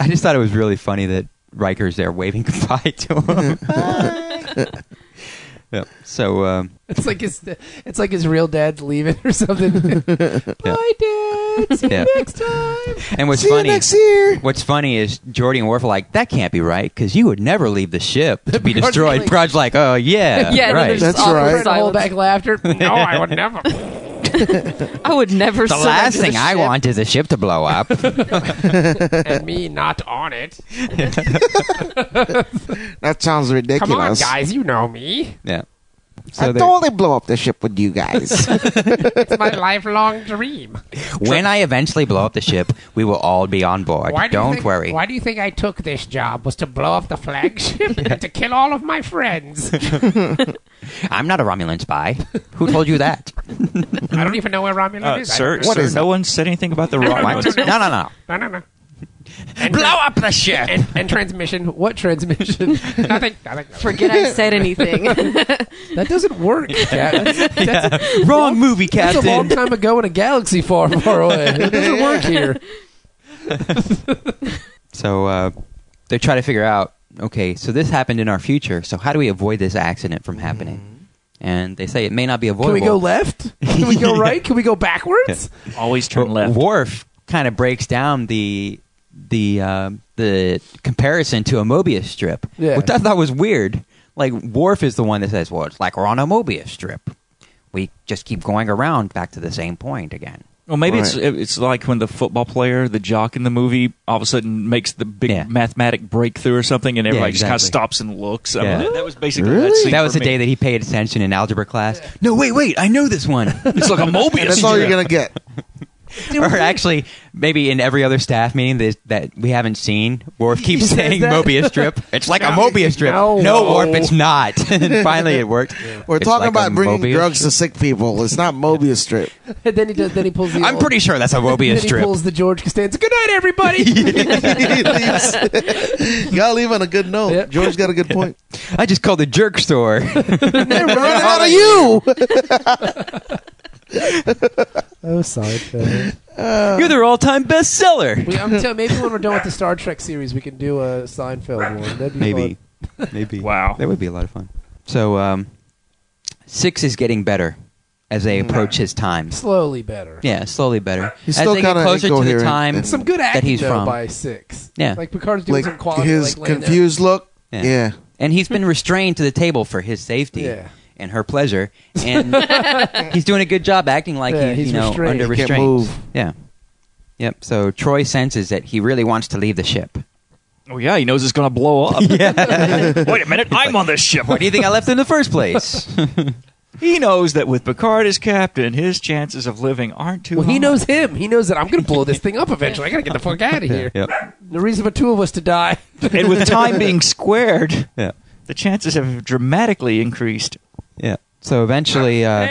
Speaker 4: I just thought it was really funny that Riker's there waving [LAUGHS] goodbye to him. [LAUGHS] yep. So um,
Speaker 3: It's like his, it's like his real dad's leaving or something.
Speaker 4: yeah.
Speaker 3: Bye, Dad. See
Speaker 4: Yeah.
Speaker 3: you next time.
Speaker 4: and what's
Speaker 2: See
Speaker 4: funny?
Speaker 2: you next year.
Speaker 4: What's funny is Jordy and Worf are like, that can't be right because you would never leave the ship to be
Speaker 3: Picard's
Speaker 4: destroyed.
Speaker 3: like-
Speaker 4: Picard's like, oh, yeah,
Speaker 6: [LAUGHS] Yeah, and then
Speaker 4: right.
Speaker 6: there's
Speaker 2: That's
Speaker 6: awkward
Speaker 2: right.
Speaker 3: Trying to hold
Speaker 6: silence.
Speaker 3: back laughter. No, I would never.
Speaker 6: I would never.
Speaker 4: the
Speaker 6: surrender
Speaker 4: last thing
Speaker 6: the
Speaker 4: I
Speaker 6: ship.
Speaker 4: want is a ship to blow up.
Speaker 3: and me not on it.
Speaker 2: That sounds ridiculous.
Speaker 3: Come on, guys, you know me.
Speaker 4: yeah.
Speaker 2: I
Speaker 4: they-
Speaker 2: totally blow up the ship with you guys.
Speaker 3: It's my lifelong dream.
Speaker 4: when I eventually blow up the ship, we will all be on board.
Speaker 3: Why do you
Speaker 4: not
Speaker 3: think,
Speaker 4: worry.
Speaker 3: Why do you think I took this job? Was to blow up the
Speaker 4: [LAUGHS]
Speaker 3: flagship and to kill all of my friends.
Speaker 4: I'm not a Romulan spy. Who told you that?
Speaker 3: I don't even know where Romulan
Speaker 5: Uh,
Speaker 3: is. I
Speaker 5: sir,
Speaker 3: don't know.
Speaker 2: What
Speaker 5: sir,
Speaker 2: is
Speaker 5: no one said anything about the
Speaker 4: What?
Speaker 5: Romulans.
Speaker 4: No, no, no.
Speaker 3: No, no, no.
Speaker 4: Blow up the ship.
Speaker 3: [LAUGHS] And, and transmission. What transmission? [LAUGHS] nothing. Nothing. nothing.
Speaker 6: Forget I said [LAUGHS] anything.
Speaker 3: That doesn't work. Cat. That's,
Speaker 4: [LAUGHS]
Speaker 3: that's
Speaker 4: Wrong movie,
Speaker 3: That's a long
Speaker 4: Captain.
Speaker 3: time ago in a galaxy far, far away. It doesn't
Speaker 4: [LAUGHS]
Speaker 3: work here.
Speaker 4: So uh, they try to figure out. Okay, so this happened in our future. So how do we avoid this accident from happening? And they say it may not be
Speaker 3: Can
Speaker 4: avoidable.
Speaker 3: we go left? Can we
Speaker 4: [LAUGHS]
Speaker 3: go right? Can we go backwards?
Speaker 5: Always turn
Speaker 4: But
Speaker 5: left.
Speaker 4: Worf kind of breaks down the the um the comparison to a Mobius strip,
Speaker 3: Yeah.
Speaker 4: which I thought was weird. Like Worf is the one that says, "Well, it's like we're on a Mobius strip. We just keep going around back to the same point again."
Speaker 5: Well, maybe
Speaker 2: Right.
Speaker 5: it's it's like when the football player, the jock in the movie, all of a sudden makes the big
Speaker 4: Yeah.
Speaker 5: mathematic breakthrough or something, and everybody just kind of
Speaker 4: exactly.
Speaker 5: stops and looks. I
Speaker 4: Yeah.
Speaker 5: mean, that, that was basically that,
Speaker 2: Really?
Speaker 5: scene
Speaker 4: That was
Speaker 5: for
Speaker 4: the
Speaker 5: me.
Speaker 4: day that he paid attention in algebra class. No, wait, wait, I know this one.
Speaker 5: it's like a
Speaker 4: [LAUGHS]
Speaker 5: Mobius.
Speaker 2: That's all you're
Speaker 5: strip.
Speaker 2: gonna get.
Speaker 4: or actually, maybe in every other staff meeting that, that we haven't seen, Worf keeps
Speaker 3: says
Speaker 4: saying
Speaker 3: that?
Speaker 4: Mobius strip. It's like a Mobius strip.
Speaker 3: No.
Speaker 4: Worf, it's not. [LAUGHS] and finally, it worked.
Speaker 2: We're
Speaker 4: It's
Speaker 2: talking
Speaker 4: like a
Speaker 2: about bringing
Speaker 4: Mobius
Speaker 2: drugs to sick people. It's not Mobius Strip.
Speaker 3: And then he does. Then he pulls the.
Speaker 4: I'm
Speaker 3: old-
Speaker 4: pretty sure that's a
Speaker 3: Then
Speaker 4: Mobius
Speaker 3: he
Speaker 4: strip.
Speaker 3: pulls the George Costanza. Good night,
Speaker 4: [LAUGHS]
Speaker 3: everybody.
Speaker 2: He leaves. [LAUGHS] you gotta leave on a good note.
Speaker 3: Yep.
Speaker 2: George got a good point.
Speaker 4: I just called the
Speaker 2: [LAUGHS]
Speaker 4: jerk store.
Speaker 2: They're running out of you.
Speaker 3: oh, sorry.
Speaker 2: Uh,
Speaker 4: [LAUGHS] You're their all-time bestseller.
Speaker 3: We, I'm telling. Maybe when we're done with the Star Trek series, we can do a Seinfeld one. That'd be
Speaker 4: [LAUGHS] Maybe, maybe.
Speaker 5: Wow.
Speaker 4: that would be a lot of fun. So, um, six is getting better as they approach his time.
Speaker 3: fun. slowly better.
Speaker 4: Yeah, slowly better.
Speaker 2: He's
Speaker 4: as
Speaker 2: still
Speaker 4: they get
Speaker 2: kinda
Speaker 4: closer to the
Speaker 2: incoherent
Speaker 4: time
Speaker 2: and-
Speaker 3: Some good
Speaker 4: that
Speaker 3: acting
Speaker 4: he's
Speaker 3: though,
Speaker 4: from,
Speaker 3: by six.
Speaker 4: Yeah.
Speaker 3: like Picard's
Speaker 2: Like
Speaker 3: doing some quality.
Speaker 2: his
Speaker 3: like, laying there.
Speaker 2: confused look.
Speaker 4: Yeah.
Speaker 2: Yeah.
Speaker 4: and
Speaker 3: [LAUGHS]
Speaker 4: he's been restrained to the table for his safety.
Speaker 3: Yeah.
Speaker 4: And her pleasure,
Speaker 3: [LAUGHS]
Speaker 4: and he's doing a good job acting like
Speaker 3: Yeah,
Speaker 4: he's,
Speaker 3: he's
Speaker 4: you know
Speaker 3: restrained.
Speaker 4: under
Speaker 2: He can't
Speaker 4: restraint.
Speaker 2: move.
Speaker 4: Yeah, yep. So Troy senses that he really wants to leave the ship.
Speaker 5: Oh yeah, he knows it's gonna
Speaker 4: [LAUGHS]
Speaker 5: blow up. [LAUGHS] Wait a minute, I'm on this ship.
Speaker 4: Why do you think I left in the first [LAUGHS] place?
Speaker 5: He knows that with Picard as captain, his chances of living aren't too.
Speaker 3: Well, he
Speaker 4: [LAUGHS]
Speaker 5: high.
Speaker 3: knows him. He knows that I'm going to
Speaker 2: [LAUGHS]
Speaker 3: blow this thing up eventually. I got to get the fuck out of here.
Speaker 4: yep.
Speaker 3: No reason for two of us
Speaker 2: [LAUGHS]
Speaker 3: to die.
Speaker 5: and with time being squared,
Speaker 4: Yeah.
Speaker 5: the chances have dramatically increased.
Speaker 4: Yeah. So eventually, uh,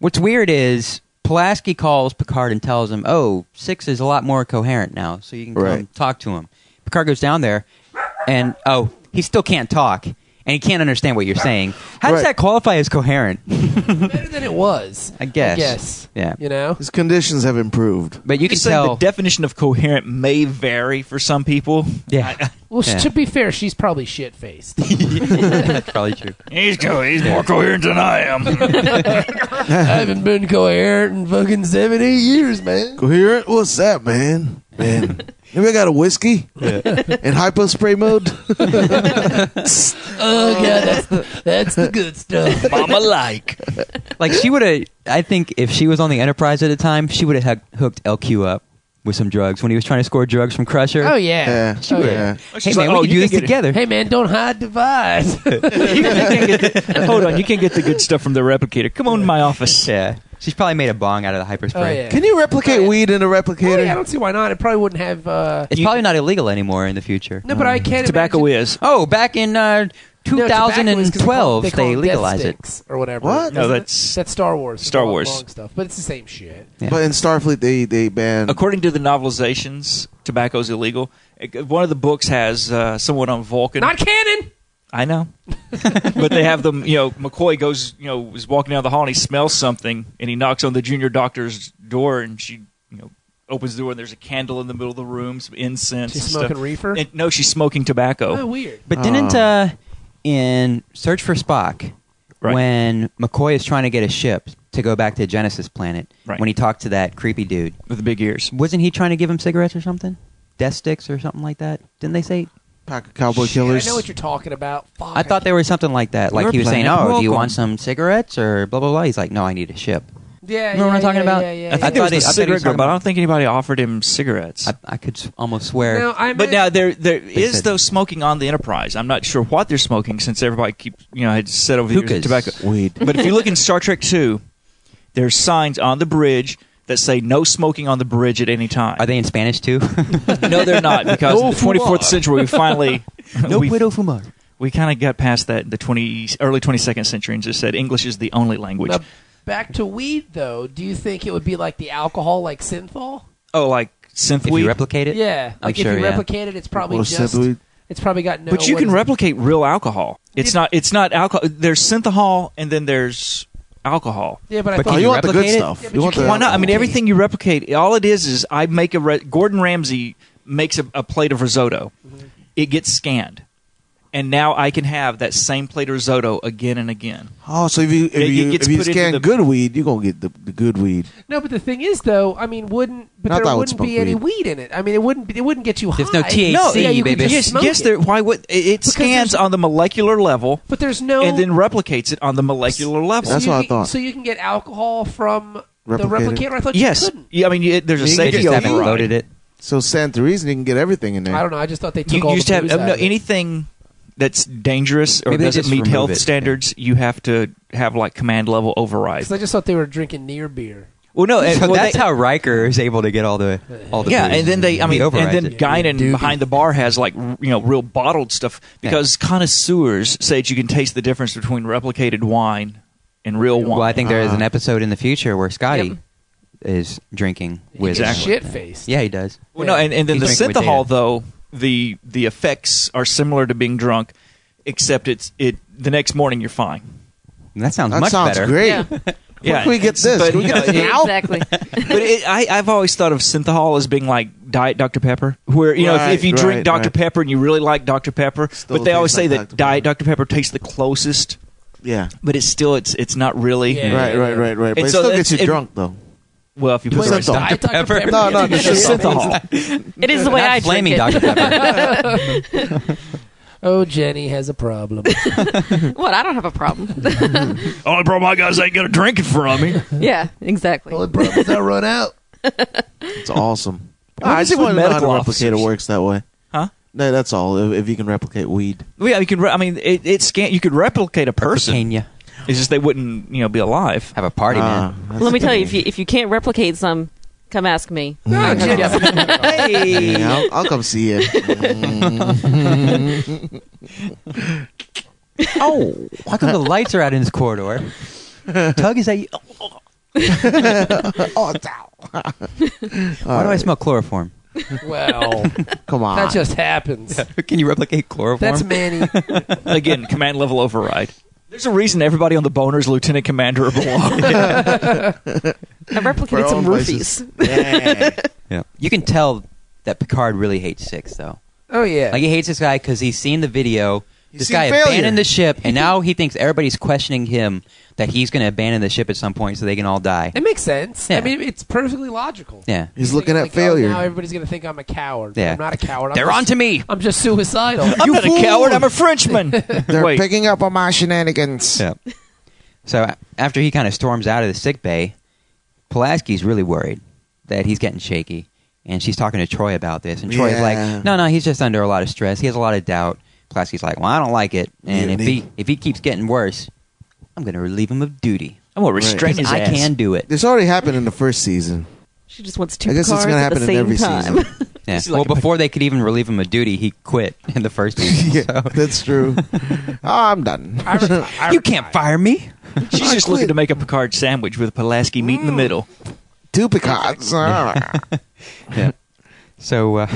Speaker 4: what's weird is Pulaski calls Picard and tells him, "Oh, six is a lot more coherent now, so you can come
Speaker 2: Right.
Speaker 4: talk to him." Picard goes down there, and oh, he still can't talk, and he can't understand what you're saying. How does
Speaker 2: Right.
Speaker 4: that qualify as coherent?
Speaker 3: better than it was.
Speaker 4: I guess.
Speaker 3: I guess.
Speaker 4: Yeah.
Speaker 3: You know?
Speaker 2: His conditions have improved.
Speaker 4: But you can
Speaker 5: Just saying
Speaker 4: tell.
Speaker 5: the definition of coherent may vary for some people.
Speaker 4: [LAUGHS] yeah,
Speaker 3: Well,
Speaker 4: Yeah.
Speaker 3: to be fair, she's probably shit
Speaker 2: [LAUGHS]
Speaker 3: faced.
Speaker 4: that's probably true.
Speaker 5: He's co- he's more coherent than I am.
Speaker 3: I haven't been coherent in fucking seven, eight years, man.
Speaker 2: Coherent? What's that, man? Man. Maybe I got a whiskey in hypo spray mode.
Speaker 3: Oh, God, [LAUGHS] that's the, that's the good stuff.
Speaker 5: Mama like.
Speaker 4: Like she would have. I think if she was on the Enterprise at the time, she would have hooked LQ up with some drugs when he was trying to score drugs from Crusher.
Speaker 3: [LAUGHS] Oh, yeah.
Speaker 2: Yeah.
Speaker 3: Oh,
Speaker 2: Yeah.
Speaker 3: yeah.
Speaker 4: Hey man, we can do this oh, together.
Speaker 3: Hey, man, don't hide divides. [LAUGHS]
Speaker 4: [LAUGHS]
Speaker 5: Hold on, you can't get the good stuff from the replicator. Come on to my office.
Speaker 4: Yeah. She's probably made a bong out of the hyperspray.
Speaker 3: Oh, yeah.
Speaker 2: Can you replicate
Speaker 3: Oh, yeah.
Speaker 2: weed in a
Speaker 3: Oh,
Speaker 2: replicator?
Speaker 3: yeah, I don't see why not. It probably wouldn't have. Uh,
Speaker 4: It's probably not illegal anymore in the future. Um,
Speaker 3: no, but I can't.
Speaker 5: Tobacco is.
Speaker 4: Oh, back in uh,
Speaker 3: imagine- No, tobacco is 'cause
Speaker 4: 2012,
Speaker 3: they, call,
Speaker 4: they,
Speaker 3: call death
Speaker 4: legalized it.
Speaker 3: sticks or whatever.
Speaker 2: What?
Speaker 5: No,
Speaker 3: Isn't it?
Speaker 5: that's-
Speaker 3: that's Star Wars.
Speaker 5: Star
Speaker 3: Long-
Speaker 5: Wars.
Speaker 3: long stuff, but it's the same shit.
Speaker 4: Yeah.
Speaker 2: But in Starfleet, they they ban.
Speaker 5: According to the novelizations, tobacco's illegal. It- One of the books has uh, someone on Vulcan.
Speaker 3: Not canon.
Speaker 5: I know, [LAUGHS] but they have them. You know, McCoy goes. You know, is walking down the hall and he smells something, and he knocks on the junior doctor's door, and she, you know, opens the door, and there's a candle in the middle of the room, some incense.
Speaker 3: She's
Speaker 5: and
Speaker 3: smoking
Speaker 5: stuff.
Speaker 3: reefer.
Speaker 5: And, no, she's smoking tobacco.
Speaker 3: Oh, weird.
Speaker 4: But didn't
Speaker 2: Oh.
Speaker 4: uh, in Search for Spock,
Speaker 5: Right.
Speaker 4: when McCoy is trying to get a ship to go back to Genesis planet,
Speaker 5: Right.
Speaker 4: when he talked to that creepy dude,
Speaker 5: with the big ears.
Speaker 4: wasn't he trying to give him cigarettes or something? Death sticks or something like that? Didn't they say?
Speaker 2: Pack of cowboy
Speaker 3: Yeah, I
Speaker 2: killers.
Speaker 3: know what you're talking about. Fuck.
Speaker 4: I thought there was something like that. Like
Speaker 5: Your
Speaker 4: he was saying,
Speaker 5: planet.
Speaker 4: "Oh, do you
Speaker 5: Welcome.
Speaker 4: want some cigarettes or blah blah blah?" He's like, "No, I need a ship."
Speaker 3: Yeah,
Speaker 4: Remember
Speaker 3: yeah,
Speaker 4: what I'm talking
Speaker 3: yeah,
Speaker 4: about?
Speaker 3: Yeah, yeah,
Speaker 5: I
Speaker 4: I
Speaker 5: think
Speaker 4: thought
Speaker 5: there was
Speaker 4: he-
Speaker 5: a
Speaker 4: I thought he was
Speaker 5: cigarette,
Speaker 4: talking
Speaker 5: but I
Speaker 4: about-
Speaker 5: don't think anybody offered him cigarettes.
Speaker 4: I, I could s- almost swear.
Speaker 3: No, I
Speaker 5: but
Speaker 3: meant-
Speaker 5: now there there is
Speaker 4: said-
Speaker 5: though smoking on the Enterprise. I'm not sure what they're smoking since everybody keeps you know had said over the years
Speaker 4: Hookahs.
Speaker 5: tobacco.
Speaker 2: Weed.
Speaker 5: But if you look in Star Trek Two, there's signs on the bridge that say no smoking on the bridge at any time.
Speaker 4: Are they in
Speaker 2: [LAUGHS]
Speaker 4: Spanish too?
Speaker 5: No, they're not
Speaker 4: [LAUGHS]
Speaker 5: because
Speaker 4: No
Speaker 5: in the 24th
Speaker 4: fumar.
Speaker 5: century we finally
Speaker 4: [LAUGHS]
Speaker 5: we,
Speaker 4: fumar.
Speaker 5: we kind of got past that in the 20 early 22nd century and just said English is the only language.
Speaker 3: Now, back to weed though. Do you think it would be like the alcohol, like synthol?
Speaker 5: oh, like synth
Speaker 4: If
Speaker 5: weed.
Speaker 4: you replicate it,
Speaker 3: Yeah,
Speaker 4: I'm
Speaker 3: like
Speaker 4: sure.
Speaker 3: if you
Speaker 4: yeah.
Speaker 3: replicate it, it's probably
Speaker 2: Or
Speaker 3: just.
Speaker 2: simply-
Speaker 3: It's probably got no.
Speaker 5: but you
Speaker 3: what
Speaker 5: can
Speaker 3: is it?
Speaker 5: replicate real alcohol. It's
Speaker 3: Did-
Speaker 5: not it's not alcohol. There's synthahol and then there's alcohol.
Speaker 3: Yeah, but I
Speaker 4: But
Speaker 3: thought
Speaker 2: oh,
Speaker 4: can
Speaker 2: you
Speaker 4: you
Speaker 2: want the good
Speaker 4: replicate it?
Speaker 2: stuff.
Speaker 3: Yeah, but
Speaker 2: you
Speaker 3: you
Speaker 2: want the
Speaker 3: can't.
Speaker 5: Why not? I mean,
Speaker 3: Okay.
Speaker 5: everything you replicate, all it is is I make a re- Gordon Ramsay makes a, a plate of risotto. It gets scanned, and now I can have that same plate of risotto again and again.
Speaker 2: Oh, so if you if
Speaker 5: It- it
Speaker 2: you,
Speaker 5: gets
Speaker 2: if you
Speaker 5: put into
Speaker 2: scan
Speaker 5: the-
Speaker 2: good weed, you're gonna get the, the good weed.
Speaker 3: No, but the thing is, though, I mean, wouldn't but
Speaker 2: Not that I
Speaker 3: there
Speaker 2: would
Speaker 3: wouldn't
Speaker 2: smoke
Speaker 3: be any
Speaker 2: weed.
Speaker 3: weed in it. I mean, it wouldn't be, it wouldn't get you high.
Speaker 4: There's no THC,
Speaker 5: No,
Speaker 3: yeah, you could
Speaker 4: baby.
Speaker 3: just
Speaker 5: yes,
Speaker 3: smoke
Speaker 5: yes.
Speaker 3: it.
Speaker 5: There, why would it, it
Speaker 3: Because
Speaker 5: scans
Speaker 3: there's-
Speaker 5: on the molecular level
Speaker 3: But there's no.
Speaker 5: and then replicates it on the molecular level?
Speaker 2: That's
Speaker 3: you
Speaker 2: what I
Speaker 3: can-
Speaker 2: thought.
Speaker 3: So you can get alcohol from the
Speaker 2: Replicated?
Speaker 3: replicator. I thought you
Speaker 5: yes,
Speaker 3: couldn't.
Speaker 5: yeah, I mean, it, there's a
Speaker 2: They
Speaker 4: They
Speaker 5: safety
Speaker 4: just haven't
Speaker 5: override.
Speaker 4: loaded it.
Speaker 2: So Santa Reason, you can get everything in there.
Speaker 3: I don't know. I just thought they took
Speaker 5: You
Speaker 3: all
Speaker 5: used
Speaker 3: the
Speaker 5: to have
Speaker 3: booze
Speaker 5: um,
Speaker 3: out
Speaker 5: no,
Speaker 3: of it.
Speaker 5: anything that's dangerous or
Speaker 4: Maybe they
Speaker 5: doesn't
Speaker 4: just
Speaker 5: meet
Speaker 4: remove
Speaker 5: health
Speaker 4: it, yeah.
Speaker 5: standards. You have to have like command level override.
Speaker 3: Because I just thought they were drinking near beer.
Speaker 5: Well,
Speaker 2: Oh,
Speaker 5: no, and-
Speaker 4: [LAUGHS] So
Speaker 5: well,
Speaker 4: that's
Speaker 5: they-
Speaker 4: how Riker is able to get all the all the
Speaker 5: yeah,
Speaker 4: booze.
Speaker 5: and then they, I
Speaker 4: He
Speaker 5: mean, and
Speaker 4: overrides
Speaker 5: then
Speaker 4: it.
Speaker 5: Guinan
Speaker 4: Dude.
Speaker 5: behind the bar has like r- you know real bottled stuff because connoisseurs say that you can taste the difference between replicated wine and real wine.
Speaker 4: Well, I think there is
Speaker 2: Ah.
Speaker 4: an episode in the future where Scotty
Speaker 6: Yep.
Speaker 4: is drinking
Speaker 3: You
Speaker 4: with
Speaker 3: get
Speaker 5: Exactly.
Speaker 3: shit faced.
Speaker 4: Yeah, he does.
Speaker 5: Well, no, and, and then
Speaker 4: You
Speaker 5: the
Speaker 4: drink with
Speaker 5: synthahol
Speaker 4: data.
Speaker 5: though the the effects are similar to being drunk, except it's it the next morning you're fine.
Speaker 4: And that sounds
Speaker 2: That
Speaker 4: much
Speaker 2: sounds
Speaker 4: better.
Speaker 2: great.
Speaker 6: Yeah.
Speaker 2: Where can we get
Speaker 5: it's-
Speaker 2: this?
Speaker 5: But,
Speaker 2: Can we
Speaker 5: you
Speaker 2: get
Speaker 5: know,
Speaker 2: this
Speaker 5: it-
Speaker 2: now?
Speaker 6: exactly.
Speaker 5: but it, I, I've always thought of synthahol as being like Diet Dr Pepper, where you know
Speaker 2: Right,
Speaker 5: if, if you drink
Speaker 2: right,
Speaker 5: Dr
Speaker 2: right.
Speaker 5: Pepper and you really like Dr Pepper,
Speaker 2: Still
Speaker 5: but they always
Speaker 2: tastes
Speaker 5: say
Speaker 2: like Dr.
Speaker 5: that Diet
Speaker 2: Pepper.
Speaker 5: Dr Pepper tastes the closest.
Speaker 2: [LAUGHS] Yeah.
Speaker 5: but it's still it's it's not really
Speaker 3: Yeah.
Speaker 2: Right, right, right, right. But
Speaker 5: And
Speaker 2: it
Speaker 5: so
Speaker 2: still
Speaker 5: that's-
Speaker 2: gets you
Speaker 5: it-
Speaker 2: drunk, though.
Speaker 5: well if you put
Speaker 2: Wait,
Speaker 5: the right
Speaker 2: Dr.
Speaker 3: Diet Dr.
Speaker 4: Pepper?
Speaker 3: Pepper.
Speaker 2: No, no, this is
Speaker 5: stuff- synthahol.
Speaker 6: It is the way
Speaker 4: Not
Speaker 6: I drink
Speaker 4: flaming
Speaker 6: it.
Speaker 4: Dr. Pepper.
Speaker 3: Oh, Jenny has
Speaker 2: [LAUGHS]
Speaker 3: a problem.
Speaker 6: [LAUGHS] What? I don't have a problem. [LAUGHS]
Speaker 5: Only problem I got is I ain't gonna drink it from me.
Speaker 6: yeah, exactly.
Speaker 2: problems I run out. It's awesome.
Speaker 5: What
Speaker 2: I
Speaker 5: is
Speaker 2: just
Speaker 5: it with
Speaker 2: want to know how to
Speaker 5: medical
Speaker 2: replicate it
Speaker 5: officers?
Speaker 2: works that way.
Speaker 5: Huh?
Speaker 2: No, that's all. If, if you can replicate weed,
Speaker 5: [LAUGHS] Well, yeah, you can. Re- I mean, it, it's scan. You could replicate a [LAUGHS] person.
Speaker 4: Kenya.
Speaker 5: It's just they wouldn't, you know, be alive.
Speaker 4: Have a party,
Speaker 2: Ah,
Speaker 3: Uh.
Speaker 4: man.
Speaker 2: that's
Speaker 6: Let me
Speaker 2: the
Speaker 6: tell you,
Speaker 2: thing.
Speaker 6: if you if you can't replicate some, come
Speaker 2: [LAUGHS]
Speaker 6: ask me.
Speaker 3: no, Jenny has a problem.
Speaker 2: Yeah, I'll, I'll come see
Speaker 6: [LAUGHS]
Speaker 2: you.
Speaker 4: Oh, how come the lights are out in this corridor?
Speaker 3: [LAUGHS]
Speaker 4: Tug, is that you?
Speaker 2: oh, it's out.
Speaker 4: Why do I smell chloroform? [LAUGHS]
Speaker 2: [LAUGHS]
Speaker 3: Well,
Speaker 2: Come on.
Speaker 3: that just happens.
Speaker 4: Can you replicate chloroform?
Speaker 3: That's Manny.
Speaker 5: [LAUGHS]
Speaker 2: [LAUGHS]
Speaker 5: Again, command level override. There's a reason everybody on the boner's lieutenant
Speaker 4: [LAUGHS]
Speaker 5: commander belong.
Speaker 6: I replicated some roofies. [LAUGHS]
Speaker 2: Yeah.
Speaker 4: yeah. You can tell that Picard really hates Six, though.
Speaker 3: Oh yeah.
Speaker 4: Like he hates this guy because he's seen the video.
Speaker 2: He's
Speaker 4: this
Speaker 2: seen
Speaker 4: guy
Speaker 2: failure.
Speaker 4: abandoned the ship,
Speaker 3: [LAUGHS]
Speaker 4: and now he thinks everybody's questioning him that he's going to abandon the ship at some point so they can all die.
Speaker 3: It makes sense. I
Speaker 4: Yeah.
Speaker 3: mean, it's perfectly logical.
Speaker 4: Yeah,
Speaker 2: He's
Speaker 3: Thinking
Speaker 2: looking at
Speaker 3: like, oh,
Speaker 2: failure.
Speaker 3: now everybody's gonna think I'm a coward.
Speaker 4: Yeah.
Speaker 3: I'm not a coward. I'm
Speaker 4: they're
Speaker 3: just,
Speaker 4: on to me.
Speaker 3: I'm just
Speaker 5: [LAUGHS]
Speaker 3: suicidal.
Speaker 5: I'm not a coward. I'm
Speaker 4: [LAUGHS]
Speaker 5: a Frenchman.
Speaker 2: They're
Speaker 5: Wait,
Speaker 2: picking up on my shenanigans.
Speaker 4: Yeah. [LAUGHS] So a- after he kind of storms out of the sick bay, Pulaski's really worried that he's getting shaky, and she's talking to Troy about this, and Troy's
Speaker 2: Yeah.
Speaker 4: like, "No, no, he's just under a lot of stress. He has a lot of doubt." Pulaski's like, "Well, I don't like it, and if
Speaker 2: Mutiny.
Speaker 4: he if he keeps getting worse, I'm going to relieve him of duty."
Speaker 5: I'm gonna restrain his
Speaker 4: I
Speaker 5: ass.
Speaker 4: can do it.
Speaker 2: This already happened in the first season.
Speaker 6: She just wants two
Speaker 2: I guess it's
Speaker 6: cars
Speaker 2: gonna
Speaker 6: at the
Speaker 2: happen in
Speaker 6: same
Speaker 2: every
Speaker 6: time.
Speaker 2: season.
Speaker 6: [LAUGHS]
Speaker 4: Yeah.
Speaker 5: This is like
Speaker 4: Well,
Speaker 5: a-
Speaker 4: before they could even relieve him of duty, he quit in the first season.
Speaker 2: yeah, that's true. Ah, I'm done.
Speaker 3: I reti- I
Speaker 4: You can't fire me.
Speaker 5: She's just looking to make a Picard sandwich with Pulaski meat
Speaker 4: Mm.
Speaker 5: in the middle.
Speaker 2: [LAUGHS] Two pecans. Ah.
Speaker 4: Yeah. So uh,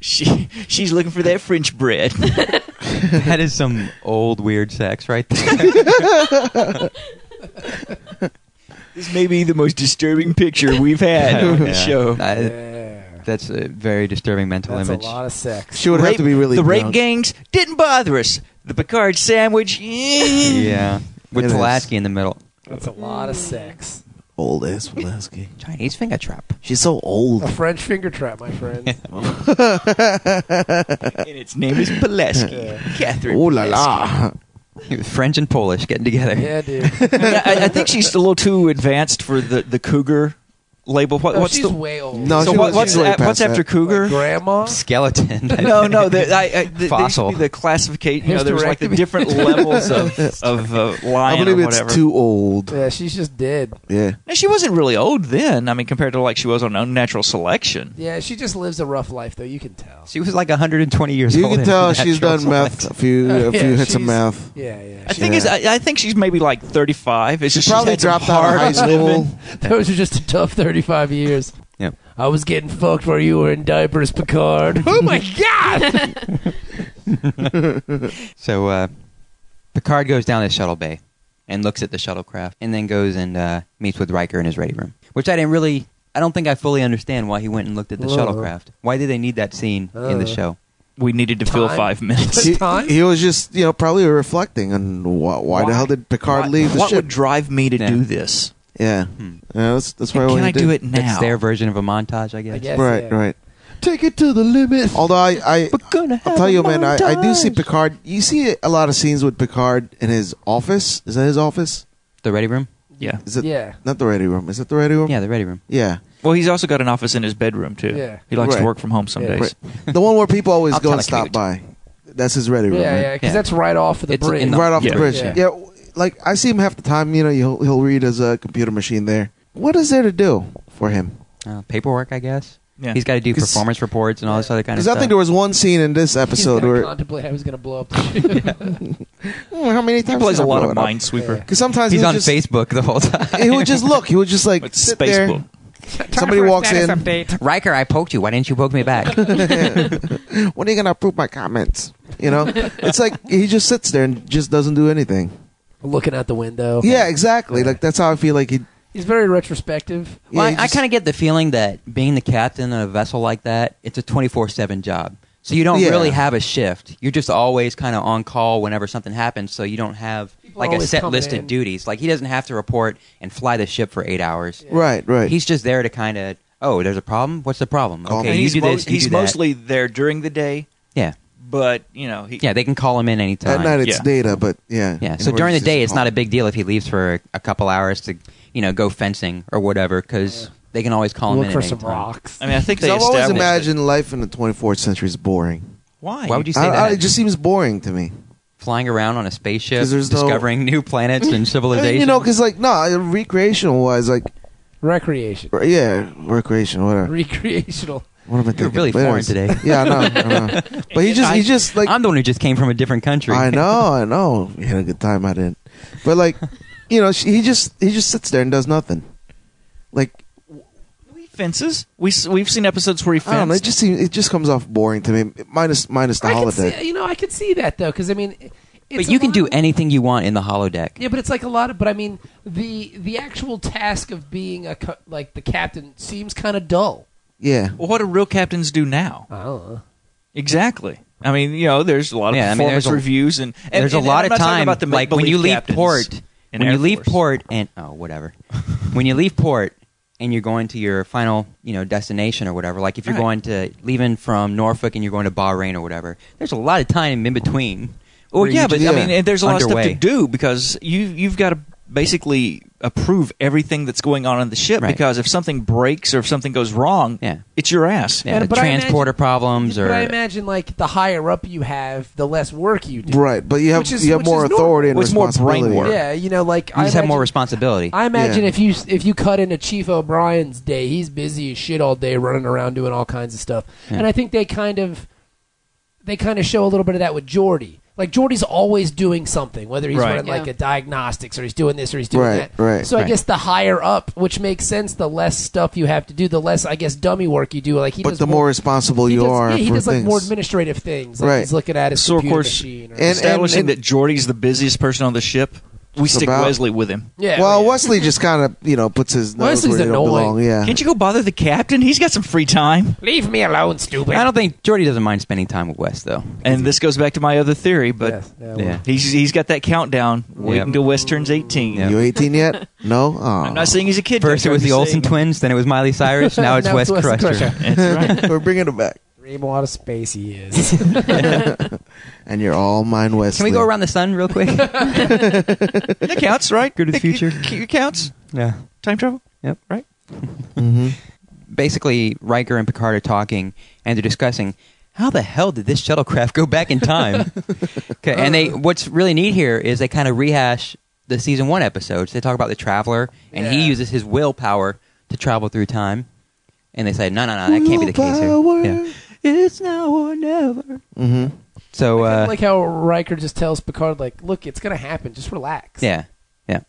Speaker 5: She she's looking for that French bread. [LAUGHS]
Speaker 4: that is some old weird sex right there.
Speaker 5: this may be the most disturbing picture we've had
Speaker 4: [LAUGHS]
Speaker 5: on
Speaker 4: Yeah.
Speaker 5: the show.
Speaker 4: I-
Speaker 3: Yeah.
Speaker 4: that's a very disturbing mental
Speaker 3: That's a
Speaker 4: image.
Speaker 3: lot of sex.
Speaker 2: she would have
Speaker 5: Rape-
Speaker 2: to be really
Speaker 5: the rape
Speaker 2: drunk.
Speaker 5: gangs didn't bother us. The Picard
Speaker 2: [LAUGHS]
Speaker 5: sandwich, yeah.
Speaker 4: Yeah. With
Speaker 2: It is.
Speaker 4: Pulaski in the middle.
Speaker 3: That's a lot of sex.
Speaker 2: Old ass Pulaski.
Speaker 4: Chinese finger
Speaker 2: [LAUGHS]
Speaker 4: trap.
Speaker 2: She's so
Speaker 3: A
Speaker 2: old.
Speaker 3: French finger trap, my
Speaker 5: [LAUGHS]
Speaker 3: friend.
Speaker 5: and its name is Pulaski. Catherine.
Speaker 2: Oh la
Speaker 5: Pulaski.
Speaker 2: la.
Speaker 4: French and Polish getting together.
Speaker 3: Yeah, [LAUGHS] dude.
Speaker 5: I, mean, I- I think she's a little too advanced for the, the cougar label. What,
Speaker 3: No,
Speaker 5: what's
Speaker 3: she's
Speaker 5: the
Speaker 3: way old.
Speaker 2: No,
Speaker 5: so
Speaker 2: she
Speaker 5: what,
Speaker 2: was-
Speaker 5: what's
Speaker 2: she's way
Speaker 5: a- what's
Speaker 2: past
Speaker 5: after
Speaker 2: that.
Speaker 5: cougar?
Speaker 3: Like grandma?
Speaker 4: Skeleton.
Speaker 2: [LAUGHS]
Speaker 5: no, no. The, I, I, the,
Speaker 4: Fossil.
Speaker 5: Fossil. The classification. You know, there's like the
Speaker 3: Hysterectomy.
Speaker 5: different
Speaker 2: [LAUGHS]
Speaker 5: levels of of uh,
Speaker 2: I
Speaker 5: lion
Speaker 2: believe
Speaker 5: or
Speaker 2: it's
Speaker 5: whatever.
Speaker 2: too old.
Speaker 3: Yeah, she's just dead.
Speaker 2: Yeah.
Speaker 5: No, she wasn't really old then. I mean, compared to like she was on Unnatural Selection.
Speaker 3: Yeah, she just lives a rough life, though. You can tell.
Speaker 4: She was like 120 years
Speaker 2: You
Speaker 4: old.
Speaker 2: can
Speaker 4: in
Speaker 2: tell
Speaker 4: that
Speaker 2: she's
Speaker 4: show.
Speaker 2: done meth. A few, a
Speaker 3: [LAUGHS] Yeah,
Speaker 2: few hits of
Speaker 3: she's-
Speaker 2: meth.
Speaker 3: Yeah, yeah.
Speaker 5: I think is
Speaker 2: Yeah.
Speaker 5: I, I think she's maybe like 35. It's
Speaker 2: She
Speaker 5: just she's
Speaker 2: probably
Speaker 5: had some
Speaker 2: dropped out of
Speaker 5: hard
Speaker 2: high school.
Speaker 3: [LAUGHS]
Speaker 5: living.
Speaker 3: Those are just a tough 35 years.
Speaker 4: Yeah.
Speaker 3: I was getting fucked where you were in diapers, Picard. oh [LAUGHS] my god!
Speaker 4: So uh, Picard goes down to shuttle bay and looks at the shuttlecraft, and then goes and uh, meets with Riker in his ready room, which I didn't really. I don't think I fully understand why he went and looked at the
Speaker 3: Uh.
Speaker 4: shuttlecraft. Why did they need that scene in the
Speaker 3: Uh.
Speaker 4: show?
Speaker 5: We needed to fill
Speaker 3: Time.
Speaker 5: five minutes.
Speaker 2: He,
Speaker 3: Time?
Speaker 2: he was just, you know, probably reflecting on why, why, the hell did Picard
Speaker 5: What-
Speaker 2: leave the
Speaker 5: What
Speaker 2: ship?
Speaker 5: would drive me to
Speaker 4: Yeah.
Speaker 5: do this?
Speaker 2: yeah.
Speaker 3: Hmm.
Speaker 2: yeah, that's that's what I
Speaker 5: Can
Speaker 2: wanted
Speaker 5: I
Speaker 2: to
Speaker 5: do it now?
Speaker 4: That's their version of a montage, I guess.
Speaker 3: I guess.
Speaker 2: Right,
Speaker 3: yeah.
Speaker 2: right.
Speaker 4: Take it to the limit.
Speaker 2: Although I, I
Speaker 4: gonna
Speaker 2: I'll tell you, man, I, I do see Picard. You see a lot of scenes with Picard in his office. Is that his office?
Speaker 4: the ready room.
Speaker 5: Yeah.
Speaker 2: Is it
Speaker 3: Yeah.
Speaker 2: not the ready room? Is it the ready room?
Speaker 4: Yeah, the ready room.
Speaker 2: yeah.
Speaker 5: Well, he's also got an office in his bedroom too.
Speaker 3: Yeah.
Speaker 5: He likes
Speaker 2: Right.
Speaker 5: to work from home some
Speaker 3: Yeah.
Speaker 5: days.
Speaker 2: Right. the one where people always
Speaker 4: I'll
Speaker 2: go and
Speaker 4: telecommute.
Speaker 2: stop by. That's his ready room.
Speaker 3: Yeah,
Speaker 2: right?
Speaker 3: yeah, because
Speaker 4: Yeah.
Speaker 3: that's right off of the
Speaker 4: It's
Speaker 3: bridge.
Speaker 4: in the-
Speaker 2: Right off
Speaker 5: Yeah.
Speaker 2: the bridge.
Speaker 3: Yeah.
Speaker 2: Yeah. w- like I see him half the time. You know, he'll he'll read as a computer machine there. What is there to do for him?
Speaker 4: Uh, paperwork, I guess.
Speaker 5: Yeah.
Speaker 4: He's got to do
Speaker 2: 'Cause-
Speaker 4: performance reports and all this other kind
Speaker 2: Because
Speaker 4: of stuff.
Speaker 2: I think there was one scene in
Speaker 4: [LAUGHS]
Speaker 2: this
Speaker 3: He's
Speaker 2: episode
Speaker 3: gotta
Speaker 2: where
Speaker 3: contemplate how he's gonna blow up the ship.
Speaker 2: Hmm, how many
Speaker 5: He
Speaker 2: times
Speaker 5: plays
Speaker 2: did
Speaker 5: a
Speaker 2: I
Speaker 5: lot
Speaker 2: blow
Speaker 5: of
Speaker 2: it up?
Speaker 5: Minesweeper.
Speaker 2: Because sometimes
Speaker 4: he's
Speaker 2: he would
Speaker 4: on
Speaker 2: just,
Speaker 4: Facebook the whole time.
Speaker 2: He would just look. He would just like
Speaker 5: Like
Speaker 2: sit
Speaker 5: Facebook.
Speaker 2: there. [LAUGHS] Somebody walks in.
Speaker 4: Riker, I poked you. Why didn't you poke me [LAUGHS] back?
Speaker 2: when are you gonna approve my comments? You know, it's like he just sits there and just doesn't do anything.
Speaker 3: Looking out the window.
Speaker 2: Yeah, exactly. Like that's how I feel like he.
Speaker 3: He's very retrospective.
Speaker 2: Yeah,
Speaker 4: Well, I,
Speaker 2: he
Speaker 4: I
Speaker 2: just-
Speaker 4: kind of get the feeling that being the captain of a vessel like that, it's a 24 7 job. So you don't
Speaker 2: Yeah.
Speaker 4: really have a shift. You're just always kind of on call whenever something happens. So you don't have
Speaker 3: People
Speaker 4: like a
Speaker 3: always
Speaker 4: set
Speaker 3: come
Speaker 4: list
Speaker 3: in.
Speaker 4: of duties. Like he doesn't have to report and fly the ship for eight hours.
Speaker 2: Right, right.
Speaker 4: He's just there to kind of, oh, there's a problem? What's the problem?
Speaker 2: Call
Speaker 4: okay,
Speaker 2: me.
Speaker 4: you
Speaker 5: he's
Speaker 4: do
Speaker 5: mo-
Speaker 4: this. You
Speaker 5: he's
Speaker 4: do that.
Speaker 5: mostly there during the day,
Speaker 4: Yeah.
Speaker 5: but you know he
Speaker 4: Yeah, they can call him in anytime.
Speaker 2: at night it's
Speaker 5: yeah.
Speaker 2: data, but yeah.
Speaker 4: Yeah. So during the
Speaker 2: Emergencies
Speaker 4: day, it's
Speaker 2: call.
Speaker 4: not a big deal if he leaves for a, a couple hours to, you know, go fencing or whatever, because they can always call him
Speaker 3: Look
Speaker 4: in.
Speaker 3: for
Speaker 4: at any
Speaker 3: some
Speaker 4: time.
Speaker 3: rocks.
Speaker 5: I mean, I think
Speaker 2: 'Cause
Speaker 5: they
Speaker 2: I've always
Speaker 5: established that-
Speaker 2: imagined life in the 24th century is boring.
Speaker 5: Why?
Speaker 4: Why would you say
Speaker 2: I,
Speaker 4: that?
Speaker 2: I, it just seems boring to me.
Speaker 4: flying around on a spaceship,
Speaker 2: 'Cause there's no-
Speaker 4: discovering new planets and
Speaker 2: I
Speaker 4: civilizations.
Speaker 2: mean, [LAUGHS] you know, because like no, recreational wise, like
Speaker 3: Recreation.
Speaker 2: r- yeah, recreation, whatever.
Speaker 3: [LAUGHS] Recreational.
Speaker 2: What am I thinking?
Speaker 4: really
Speaker 2: But
Speaker 4: foreign
Speaker 2: anyways.
Speaker 4: today.
Speaker 2: [LAUGHS] Yeah, I know. I
Speaker 3: [LAUGHS]
Speaker 2: know. But he just, he just like
Speaker 4: I'm the one who just came from a different country. [LAUGHS]
Speaker 2: I know, I know. We had a good time. I didn't, but
Speaker 3: [LAUGHS]
Speaker 2: like, you know, she, he just he just sits there and does nothing. Like
Speaker 5: He fences. We s- we've seen episodes where he
Speaker 2: I don't know. It
Speaker 5: fences.
Speaker 2: just seems it just comes off boring to me. Minus minus the
Speaker 3: I can
Speaker 2: holiday.
Speaker 3: see, you know, I could see that though, because I mean, it's
Speaker 4: but
Speaker 3: a
Speaker 4: you can
Speaker 3: lot
Speaker 4: do
Speaker 3: of-
Speaker 4: anything you want in the holodeck.
Speaker 3: Yeah, but it's like a lot of. But I mean, the the actual task of being a co- like the captain seems kind of dull.
Speaker 2: Yeah,
Speaker 5: well, what do real captains do now?
Speaker 3: I don't know.
Speaker 5: Exactly. I mean, you know, there's a lot of
Speaker 4: Yeah, I mean,
Speaker 5: performance
Speaker 4: there's a-
Speaker 5: reviews and, and
Speaker 4: There's a
Speaker 5: and- and
Speaker 4: lot
Speaker 5: I'm
Speaker 4: of
Speaker 5: not talking
Speaker 4: time,
Speaker 5: about the
Speaker 4: like when
Speaker 5: make-believe
Speaker 4: you leave
Speaker 5: captains
Speaker 4: port,
Speaker 5: in
Speaker 4: when
Speaker 5: Air
Speaker 4: you leave
Speaker 5: Force.
Speaker 4: port, and oh whatever, [LAUGHS] when you leave port and you're going to your final, you know, destination or whatever. Like if you're
Speaker 5: Right.
Speaker 4: going to leaving from Norfolk and you're going to Bahrain or whatever, there's a lot of time in between. Or
Speaker 5: Well, yeah, but I
Speaker 2: yeah.
Speaker 5: mean, and there's a lot of
Speaker 4: Underway.
Speaker 5: stuff to do because you you've got to basically approve everything that's going on in the ship
Speaker 4: Right.
Speaker 5: because if something breaks or if something goes wrong,
Speaker 4: Yeah.
Speaker 5: it's your ass.
Speaker 4: Yeah,
Speaker 3: And-
Speaker 4: the
Speaker 3: but I imagine-
Speaker 4: transporter problems or
Speaker 3: But I imagine like the higher up you have, the less work you do.
Speaker 2: Right, but you have
Speaker 3: Which is-
Speaker 2: you have
Speaker 3: which is
Speaker 2: more
Speaker 3: normal.
Speaker 2: authority and
Speaker 5: Well, it's more brain
Speaker 2: responsibility.
Speaker 5: work.
Speaker 3: Yeah, you know, like
Speaker 4: you
Speaker 3: I
Speaker 4: just have more
Speaker 3: imagine-
Speaker 4: responsibility.
Speaker 3: I imagine
Speaker 2: Yeah.
Speaker 3: if you if you cut into Chief O'Brien's day, he's busy as shit all day running around doing all kinds of stuff.
Speaker 4: Yeah.
Speaker 3: And I think they kind of they kind of show a little bit of that with Jordy. Like Jordy's always doing something, whether he's
Speaker 5: Right.
Speaker 3: running like
Speaker 6: Yeah.
Speaker 3: a diagnostics or he's doing this or he's doing
Speaker 2: Right,
Speaker 3: that.
Speaker 2: right,
Speaker 3: so I
Speaker 4: right.
Speaker 3: guess the higher up, which makes sense, the less stuff you have to do, the less I guess dummy work you do. Like he
Speaker 2: But
Speaker 3: does
Speaker 2: the more responsible
Speaker 3: he
Speaker 2: you
Speaker 3: does,
Speaker 2: are
Speaker 3: yeah, he
Speaker 2: for
Speaker 3: does like
Speaker 2: things.
Speaker 3: more administrative things. Like
Speaker 2: Right.
Speaker 3: he's looking at his
Speaker 5: So, of
Speaker 3: computer
Speaker 5: course-
Speaker 3: machine. Or,
Speaker 2: And-
Speaker 5: Establishing
Speaker 2: and-
Speaker 5: that Jordy's the busiest person on the ship, we
Speaker 2: Just
Speaker 5: stick
Speaker 2: about.
Speaker 5: Wesley with him.
Speaker 3: yeah,
Speaker 2: well,
Speaker 3: yeah.
Speaker 2: Wesley just kind of you know puts his nose where
Speaker 3: Wesley's
Speaker 2: he don't
Speaker 3: annoying.
Speaker 2: belong. Yeah,
Speaker 5: Can't you go bother the captain? He's got some free time.
Speaker 3: leave me alone, stupid.
Speaker 4: I don't think Jordy doesn't mind spending time with Wes though.
Speaker 5: And this goes back to my other theory, but
Speaker 3: Yes, yeah, well.
Speaker 4: Yeah.
Speaker 5: he's he's got that countdown waiting
Speaker 4: Yeah.
Speaker 5: until West turns eighteen.
Speaker 4: Yeah.
Speaker 2: You 18 yet?
Speaker 3: [LAUGHS]
Speaker 2: No. Oh.
Speaker 5: I'm not saying he's a kid.
Speaker 4: First it
Speaker 5: I'm
Speaker 4: was the
Speaker 5: just
Speaker 4: Olsen
Speaker 5: saying-
Speaker 4: twins, then it was Miley Cyrus, [LAUGHS] now it's Wes Crusher.
Speaker 5: That's right.
Speaker 2: [LAUGHS]
Speaker 3: [LAUGHS]
Speaker 2: We're bringing him back,
Speaker 3: Rainbow out of space he [LAUGHS] is.
Speaker 2: and you're all mine, Wesley.
Speaker 4: Can we go around the sun real
Speaker 2: [LAUGHS]
Speaker 4: quick?
Speaker 5: [LAUGHS] that counts, right?
Speaker 4: Go to the
Speaker 5: That c-
Speaker 4: future.
Speaker 5: c- counts.
Speaker 4: [LAUGHS] yeah.
Speaker 5: Time travel.
Speaker 4: Yep.
Speaker 5: Right.
Speaker 2: hmm
Speaker 3: Mm-hmm.
Speaker 4: Basically, Riker and Picard are talking and they're discussing how the hell did this shuttlecraft go back in time? okay, and they what's really neat here is they kind of rehash the season one episodes. They talk about the traveler and
Speaker 3: Yeah.
Speaker 4: he uses his willpower to travel through time. And they say, no, no, no, that can't be the case
Speaker 2: Willpower.
Speaker 4: here. Yeah. It's now or never.
Speaker 2: hmm
Speaker 4: So,
Speaker 3: I kinda
Speaker 4: uh,
Speaker 3: like how Riker just tells Picard, like, look, it's gonna happen. Just relax.
Speaker 4: yeah.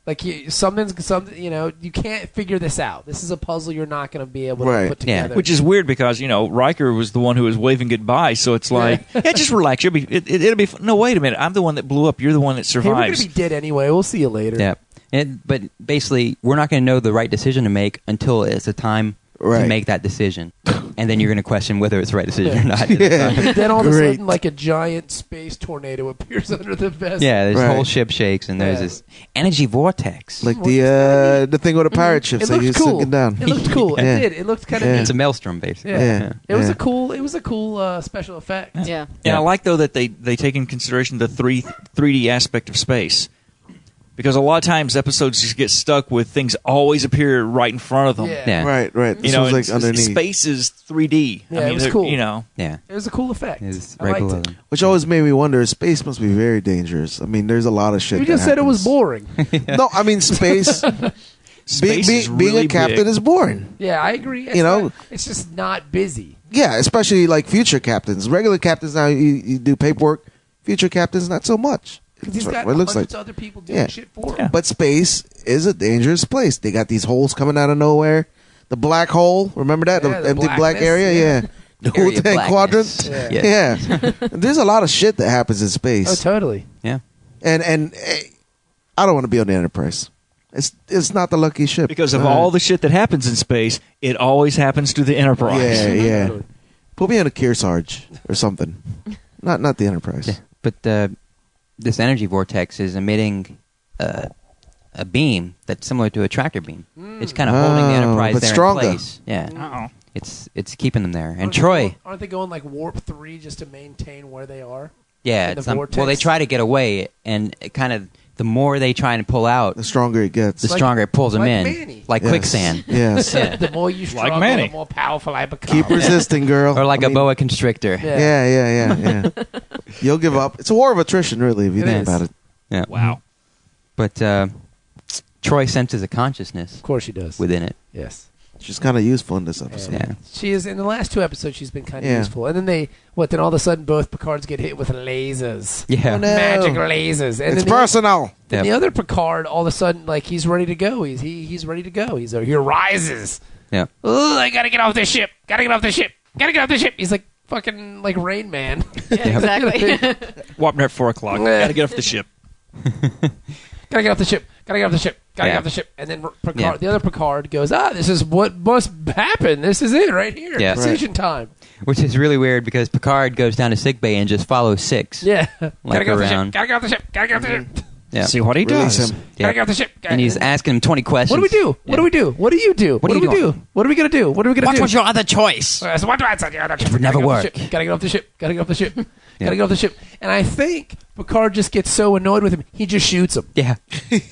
Speaker 3: Like you, something's something. You know, you can't figure this out. This is a puzzle you're not gonna be able
Speaker 2: Right.
Speaker 3: to put
Speaker 4: Yeah.
Speaker 3: together.
Speaker 5: Which is weird because you know Riker was the one who was waving goodbye, so it's like, yeah, just relax. You'll be, it, it, it'll be. Fun. No, wait a minute. I'm the one that blew up. You're the one that
Speaker 3: hey, we're gonna
Speaker 5: survives.
Speaker 3: be dead anyway. We'll see you later.
Speaker 4: Yeah. And, but basically, we're not going to know the right decision to make until it's the time
Speaker 2: Right.
Speaker 4: to make that decision. and then you're going to question whether it's the right decision or
Speaker 2: [LAUGHS]
Speaker 4: not.
Speaker 3: But [LAUGHS] then all of a
Speaker 2: Great.
Speaker 3: sudden, like a giant space tornado [LAUGHS] appears under the vessel.
Speaker 4: yeah, this
Speaker 2: Right.
Speaker 4: whole ship shakes, and there's
Speaker 3: Yeah.
Speaker 4: this energy vortex.
Speaker 2: Like the uh, the thing with the pirate ships
Speaker 3: Mm-hmm. It
Speaker 2: that you
Speaker 3: looked cool.
Speaker 2: sinking down.
Speaker 3: It looked cool.
Speaker 2: Yeah.
Speaker 3: It did. It looked kind of.
Speaker 2: Yeah.
Speaker 3: neat.
Speaker 4: it's a maelstrom, basically.
Speaker 3: Yeah.
Speaker 2: [LAUGHS] Yeah.
Speaker 3: It was
Speaker 2: Yeah.
Speaker 3: a cool. It was a cool uh, special effect.
Speaker 6: [LAUGHS] Yeah.
Speaker 5: And I
Speaker 4: Yeah.
Speaker 5: like though that they they take in consideration the three three D aspect of space, because a lot of times episodes just get stuck with things always appear right in front of them.
Speaker 3: Yeah.
Speaker 4: Yeah.
Speaker 2: Right, right.
Speaker 5: You
Speaker 2: This
Speaker 5: know,
Speaker 2: was like
Speaker 5: and s-
Speaker 2: underneath,
Speaker 5: space is three D.
Speaker 3: Yeah, it was cool.
Speaker 5: You know,
Speaker 4: Yeah.
Speaker 3: It was a cool effect.
Speaker 4: It's
Speaker 3: I
Speaker 4: right
Speaker 3: liked
Speaker 4: below
Speaker 3: it.
Speaker 4: them.
Speaker 2: which always made me wonder. Space must be very dangerous. I mean, there's a lot of shit.
Speaker 3: You
Speaker 2: that
Speaker 3: just said it was
Speaker 2: happens.
Speaker 3: boring.
Speaker 2: [LAUGHS] No, I mean
Speaker 3: [LAUGHS]
Speaker 2: space. be,
Speaker 5: space
Speaker 2: be,
Speaker 5: is
Speaker 2: being
Speaker 5: really
Speaker 2: a captain
Speaker 5: big.
Speaker 2: is boring.
Speaker 3: Yeah, I agree. It's
Speaker 2: You know?
Speaker 3: not- it's just not busy.
Speaker 2: Yeah, especially like future captains. Regular captains now you, you do paperwork. Future captains not so much.
Speaker 3: Because he's
Speaker 2: That's
Speaker 3: got
Speaker 2: what it
Speaker 3: hundreds
Speaker 2: looks like.
Speaker 3: of other people doing
Speaker 2: Yeah.
Speaker 3: shit for him.
Speaker 2: But space is a dangerous place. They got these holes coming out of nowhere. The black hole, remember that?
Speaker 3: Yeah,
Speaker 2: the,
Speaker 3: the
Speaker 2: empty black
Speaker 3: blackness,
Speaker 2: area,
Speaker 3: yeah.
Speaker 2: yeah. The whole
Speaker 4: [LAUGHS] Area
Speaker 2: thing
Speaker 4: blackness.
Speaker 2: quadrant.
Speaker 4: Yeah.
Speaker 2: Yeah. [LAUGHS] There's a lot of shit that happens in
Speaker 3: Oh,
Speaker 2: space.
Speaker 3: totally.
Speaker 4: Yeah.
Speaker 2: and and eh, I don't want to be on the Enterprise. It's it's not the lucky ship.
Speaker 5: because of
Speaker 2: Uh,
Speaker 5: all the shit that happens in space, it always happens to the Enterprise.
Speaker 2: Yeah, yeah.
Speaker 3: Totally.
Speaker 2: Put me on a Kearsarge or
Speaker 4: [LAUGHS]
Speaker 2: something. Not not the Enterprise.
Speaker 4: Yeah. But uh, this energy vortex is emitting uh, a beam that's similar to a tractor beam.
Speaker 3: Mm.
Speaker 4: It's kind of holding the
Speaker 2: Oh,
Speaker 4: Enterprise
Speaker 2: but
Speaker 4: there
Speaker 2: stronger.
Speaker 4: in place. Yeah.
Speaker 3: Oh.
Speaker 5: Uh-oh.
Speaker 4: It's it's keeping them there. And
Speaker 3: Aren't they
Speaker 4: Troy.
Speaker 3: going- aren't they going like warp three just to maintain where they are?
Speaker 4: Yeah,
Speaker 3: in the
Speaker 4: it's not- well,
Speaker 3: vortex.
Speaker 4: they
Speaker 3: [LAUGHS]
Speaker 4: try to get away, and it kind of the more they try and pull out,
Speaker 2: The
Speaker 4: the
Speaker 2: stronger it gets.
Speaker 3: Like-
Speaker 4: stronger it pulls them
Speaker 3: like
Speaker 4: in,
Speaker 3: Manny.
Speaker 4: like
Speaker 2: Yes. [LAUGHS]
Speaker 4: quicksand, [LAUGHS]
Speaker 2: Yes.
Speaker 4: Yeah.
Speaker 3: the more you struggle,
Speaker 5: Manny.
Speaker 3: the more powerful I become.
Speaker 2: Keep resisting, girl.
Speaker 4: or like
Speaker 2: a
Speaker 4: a boa constrictor.
Speaker 3: Yeah.
Speaker 2: Yeah, yeah, yeah,
Speaker 4: [LAUGHS]
Speaker 2: yeah. You'll give up. It's a war of attrition, really, if you
Speaker 3: It
Speaker 2: think
Speaker 3: is.
Speaker 2: about it.
Speaker 4: Yeah.
Speaker 5: Wow.
Speaker 4: But uh, Troy senses a consciousness
Speaker 3: Of course she does.
Speaker 4: within it.
Speaker 3: yes.
Speaker 2: She's kind of useful in this episode.
Speaker 4: Yeah,
Speaker 3: She is in the last two episodes. She's been kind of
Speaker 2: Yeah.
Speaker 3: useful, and then they what? Then all of a sudden, both Picards get hit with lasers,
Speaker 4: yeah.
Speaker 2: Oh, no.
Speaker 3: magic lasers, and
Speaker 2: It's
Speaker 3: then the,
Speaker 2: personal.
Speaker 3: then the
Speaker 4: Yeah.
Speaker 3: other Picard, all of a sudden, like he's ready to go. He's he he's ready to go. He's uh, he rises.
Speaker 4: yeah.
Speaker 3: Ugh, I gotta get off this ship. Gotta get off this ship. Gotta get off this ship. He's like fucking like Rain Man. [LAUGHS]
Speaker 6: Yeah, exactly.
Speaker 5: [LAUGHS] Wapner at four o'clock. Gotta get off the ship.
Speaker 3: gotta get off the ship. Gotta get off the ship. Gotta get
Speaker 4: Yeah.
Speaker 3: off the ship. And then Picard,
Speaker 4: Yeah.
Speaker 3: the other Picard goes, ah, this is what must happen. This is it right here.
Speaker 4: Yeah.
Speaker 3: Decision time.
Speaker 4: Which is really weird because Picard goes down to sick bay and just follows six.
Speaker 3: Yeah. Mm-hmm. gotta
Speaker 4: Like
Speaker 3: get off the
Speaker 4: around.
Speaker 3: ship. Gotta get off the ship. Gotta get off the ship.
Speaker 4: Yeah.
Speaker 5: See what he
Speaker 2: Release
Speaker 5: does.
Speaker 2: him.
Speaker 4: Yeah.
Speaker 3: Gotta get off the ship. Gotta-
Speaker 4: And he's asking him 20 questions.
Speaker 3: What do we do? What do we do? What do you do? What,
Speaker 4: are
Speaker 3: do
Speaker 4: you
Speaker 3: we
Speaker 4: doing?
Speaker 3: do? What are we gonna do? What are we gonna
Speaker 4: What
Speaker 3: do?
Speaker 4: was your other choice?
Speaker 3: Uh, so what do I say? Gotta get
Speaker 4: would never
Speaker 3: off the
Speaker 4: work.
Speaker 3: ship. Gotta get off the ship. Gotta get off the
Speaker 4: [LAUGHS]
Speaker 3: ship. Gotta get off the ship. And I think Picard just gets so annoyed with him, he just shoots him
Speaker 4: Yeah.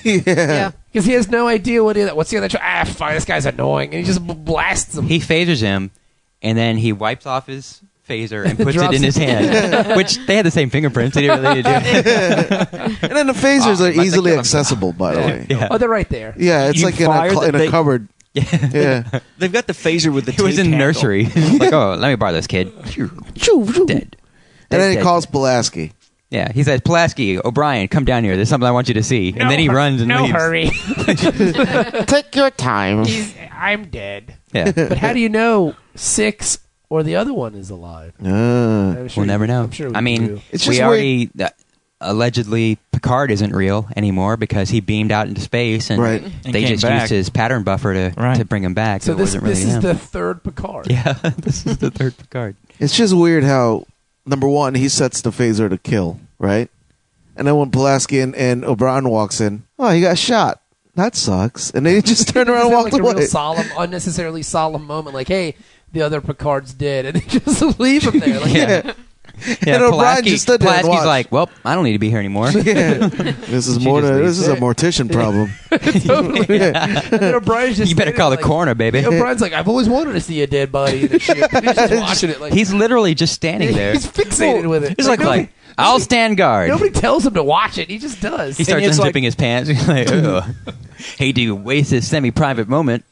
Speaker 6: yeah.
Speaker 3: because he has no idea what is. What's the other choice? Ah, fine. This guy's annoying, and he just b- blasts him.
Speaker 4: He phasers him, and then he wipes off his phaser and puts it
Speaker 3: Drops
Speaker 4: in his
Speaker 3: [LAUGHS]
Speaker 4: hand, which they had the same fingerprints. They didn't really do.
Speaker 2: And then the phasers
Speaker 4: Ah,
Speaker 2: are
Speaker 4: must I
Speaker 2: easily
Speaker 4: kill him?
Speaker 2: accessible, by the way.
Speaker 4: Yeah.
Speaker 3: Oh, they're right there.
Speaker 2: Yeah, it's
Speaker 5: You
Speaker 2: like in a,
Speaker 5: fired
Speaker 2: cl-
Speaker 5: the
Speaker 2: in a
Speaker 4: [LAUGHS]
Speaker 5: thing-
Speaker 2: cupboard. Yeah.
Speaker 5: They've got the phaser with the.
Speaker 4: He was
Speaker 5: tape
Speaker 4: in
Speaker 3: [LAUGHS]
Speaker 5: handle.
Speaker 4: nursery. like, oh, let me borrow this kid. Dead.
Speaker 2: And then he
Speaker 4: Dead.
Speaker 2: calls Pulaski.
Speaker 4: Yeah, he says, Pulaski, O'Brien, come down here. There's something I want you to see.
Speaker 3: No
Speaker 4: and then he
Speaker 3: hur-
Speaker 4: runs and
Speaker 3: no
Speaker 4: leaves.
Speaker 3: hurry.
Speaker 7: Take your time.
Speaker 3: He's, [LAUGHS] I'm dead.
Speaker 4: Yeah.
Speaker 3: But how do you know six or the other one is alive?
Speaker 2: Ah.
Speaker 3: I'm sure you-
Speaker 4: we'll never know.
Speaker 3: I'm sure we
Speaker 4: I mean,
Speaker 3: do.
Speaker 2: It's
Speaker 4: we
Speaker 2: just
Speaker 4: already uh, allegedly Picard isn't real anymore because he beamed out into space and
Speaker 2: Right.
Speaker 5: And
Speaker 4: they
Speaker 5: came
Speaker 4: just
Speaker 5: back.
Speaker 4: used his pattern buffer to,
Speaker 5: Right.
Speaker 4: to bring him back.
Speaker 3: So
Speaker 4: it
Speaker 3: this
Speaker 4: wasn't really
Speaker 3: this is
Speaker 4: him.
Speaker 3: the third Picard.
Speaker 4: [LAUGHS] Yeah, [LAUGHS] this is the third Picard.
Speaker 2: It's just weird how number one he sets the phaser to kill, right? And then when Pulaski and, and O'Brien walks in, oh, he got shot. That sucks. And they just turn around and
Speaker 3: It's
Speaker 2: walked
Speaker 3: like a
Speaker 2: away. [LAUGHS]
Speaker 3: real solemn, unnecessarily solemn moment. Like, hey, the other Picard's dead, and [LAUGHS] they just leave him there.
Speaker 4: [LAUGHS]
Speaker 3: Like,
Speaker 4: Yeah.
Speaker 2: And O'Brien just stood there and watched.
Speaker 4: Pulaski's like, well, I don't need to be here anymore.
Speaker 2: Yeah. This is
Speaker 4: You
Speaker 2: more.
Speaker 4: just
Speaker 2: than-
Speaker 4: leave.
Speaker 2: This is a mortician problem.
Speaker 3: totally. And then O'Brien's just
Speaker 4: you better
Speaker 3: standing
Speaker 4: call the
Speaker 3: there, like, [LAUGHS]
Speaker 4: coroner, baby.
Speaker 3: O'Brien's like, I've always wanted to see a dead body in a ship. And he's just watching it. Like,
Speaker 4: [LAUGHS] He's literally just standing there.
Speaker 3: [LAUGHS] he's fixated with it.
Speaker 4: [LAUGHS] He's like,
Speaker 3: nobody,
Speaker 4: like, I'll stand guard.
Speaker 3: nobody tells him to watch it. He just does.
Speaker 4: he starts
Speaker 5: it's
Speaker 4: unzipping
Speaker 5: like-
Speaker 4: his pants. [LAUGHS] He's like, Ugh. hate to waste this semi-private moment.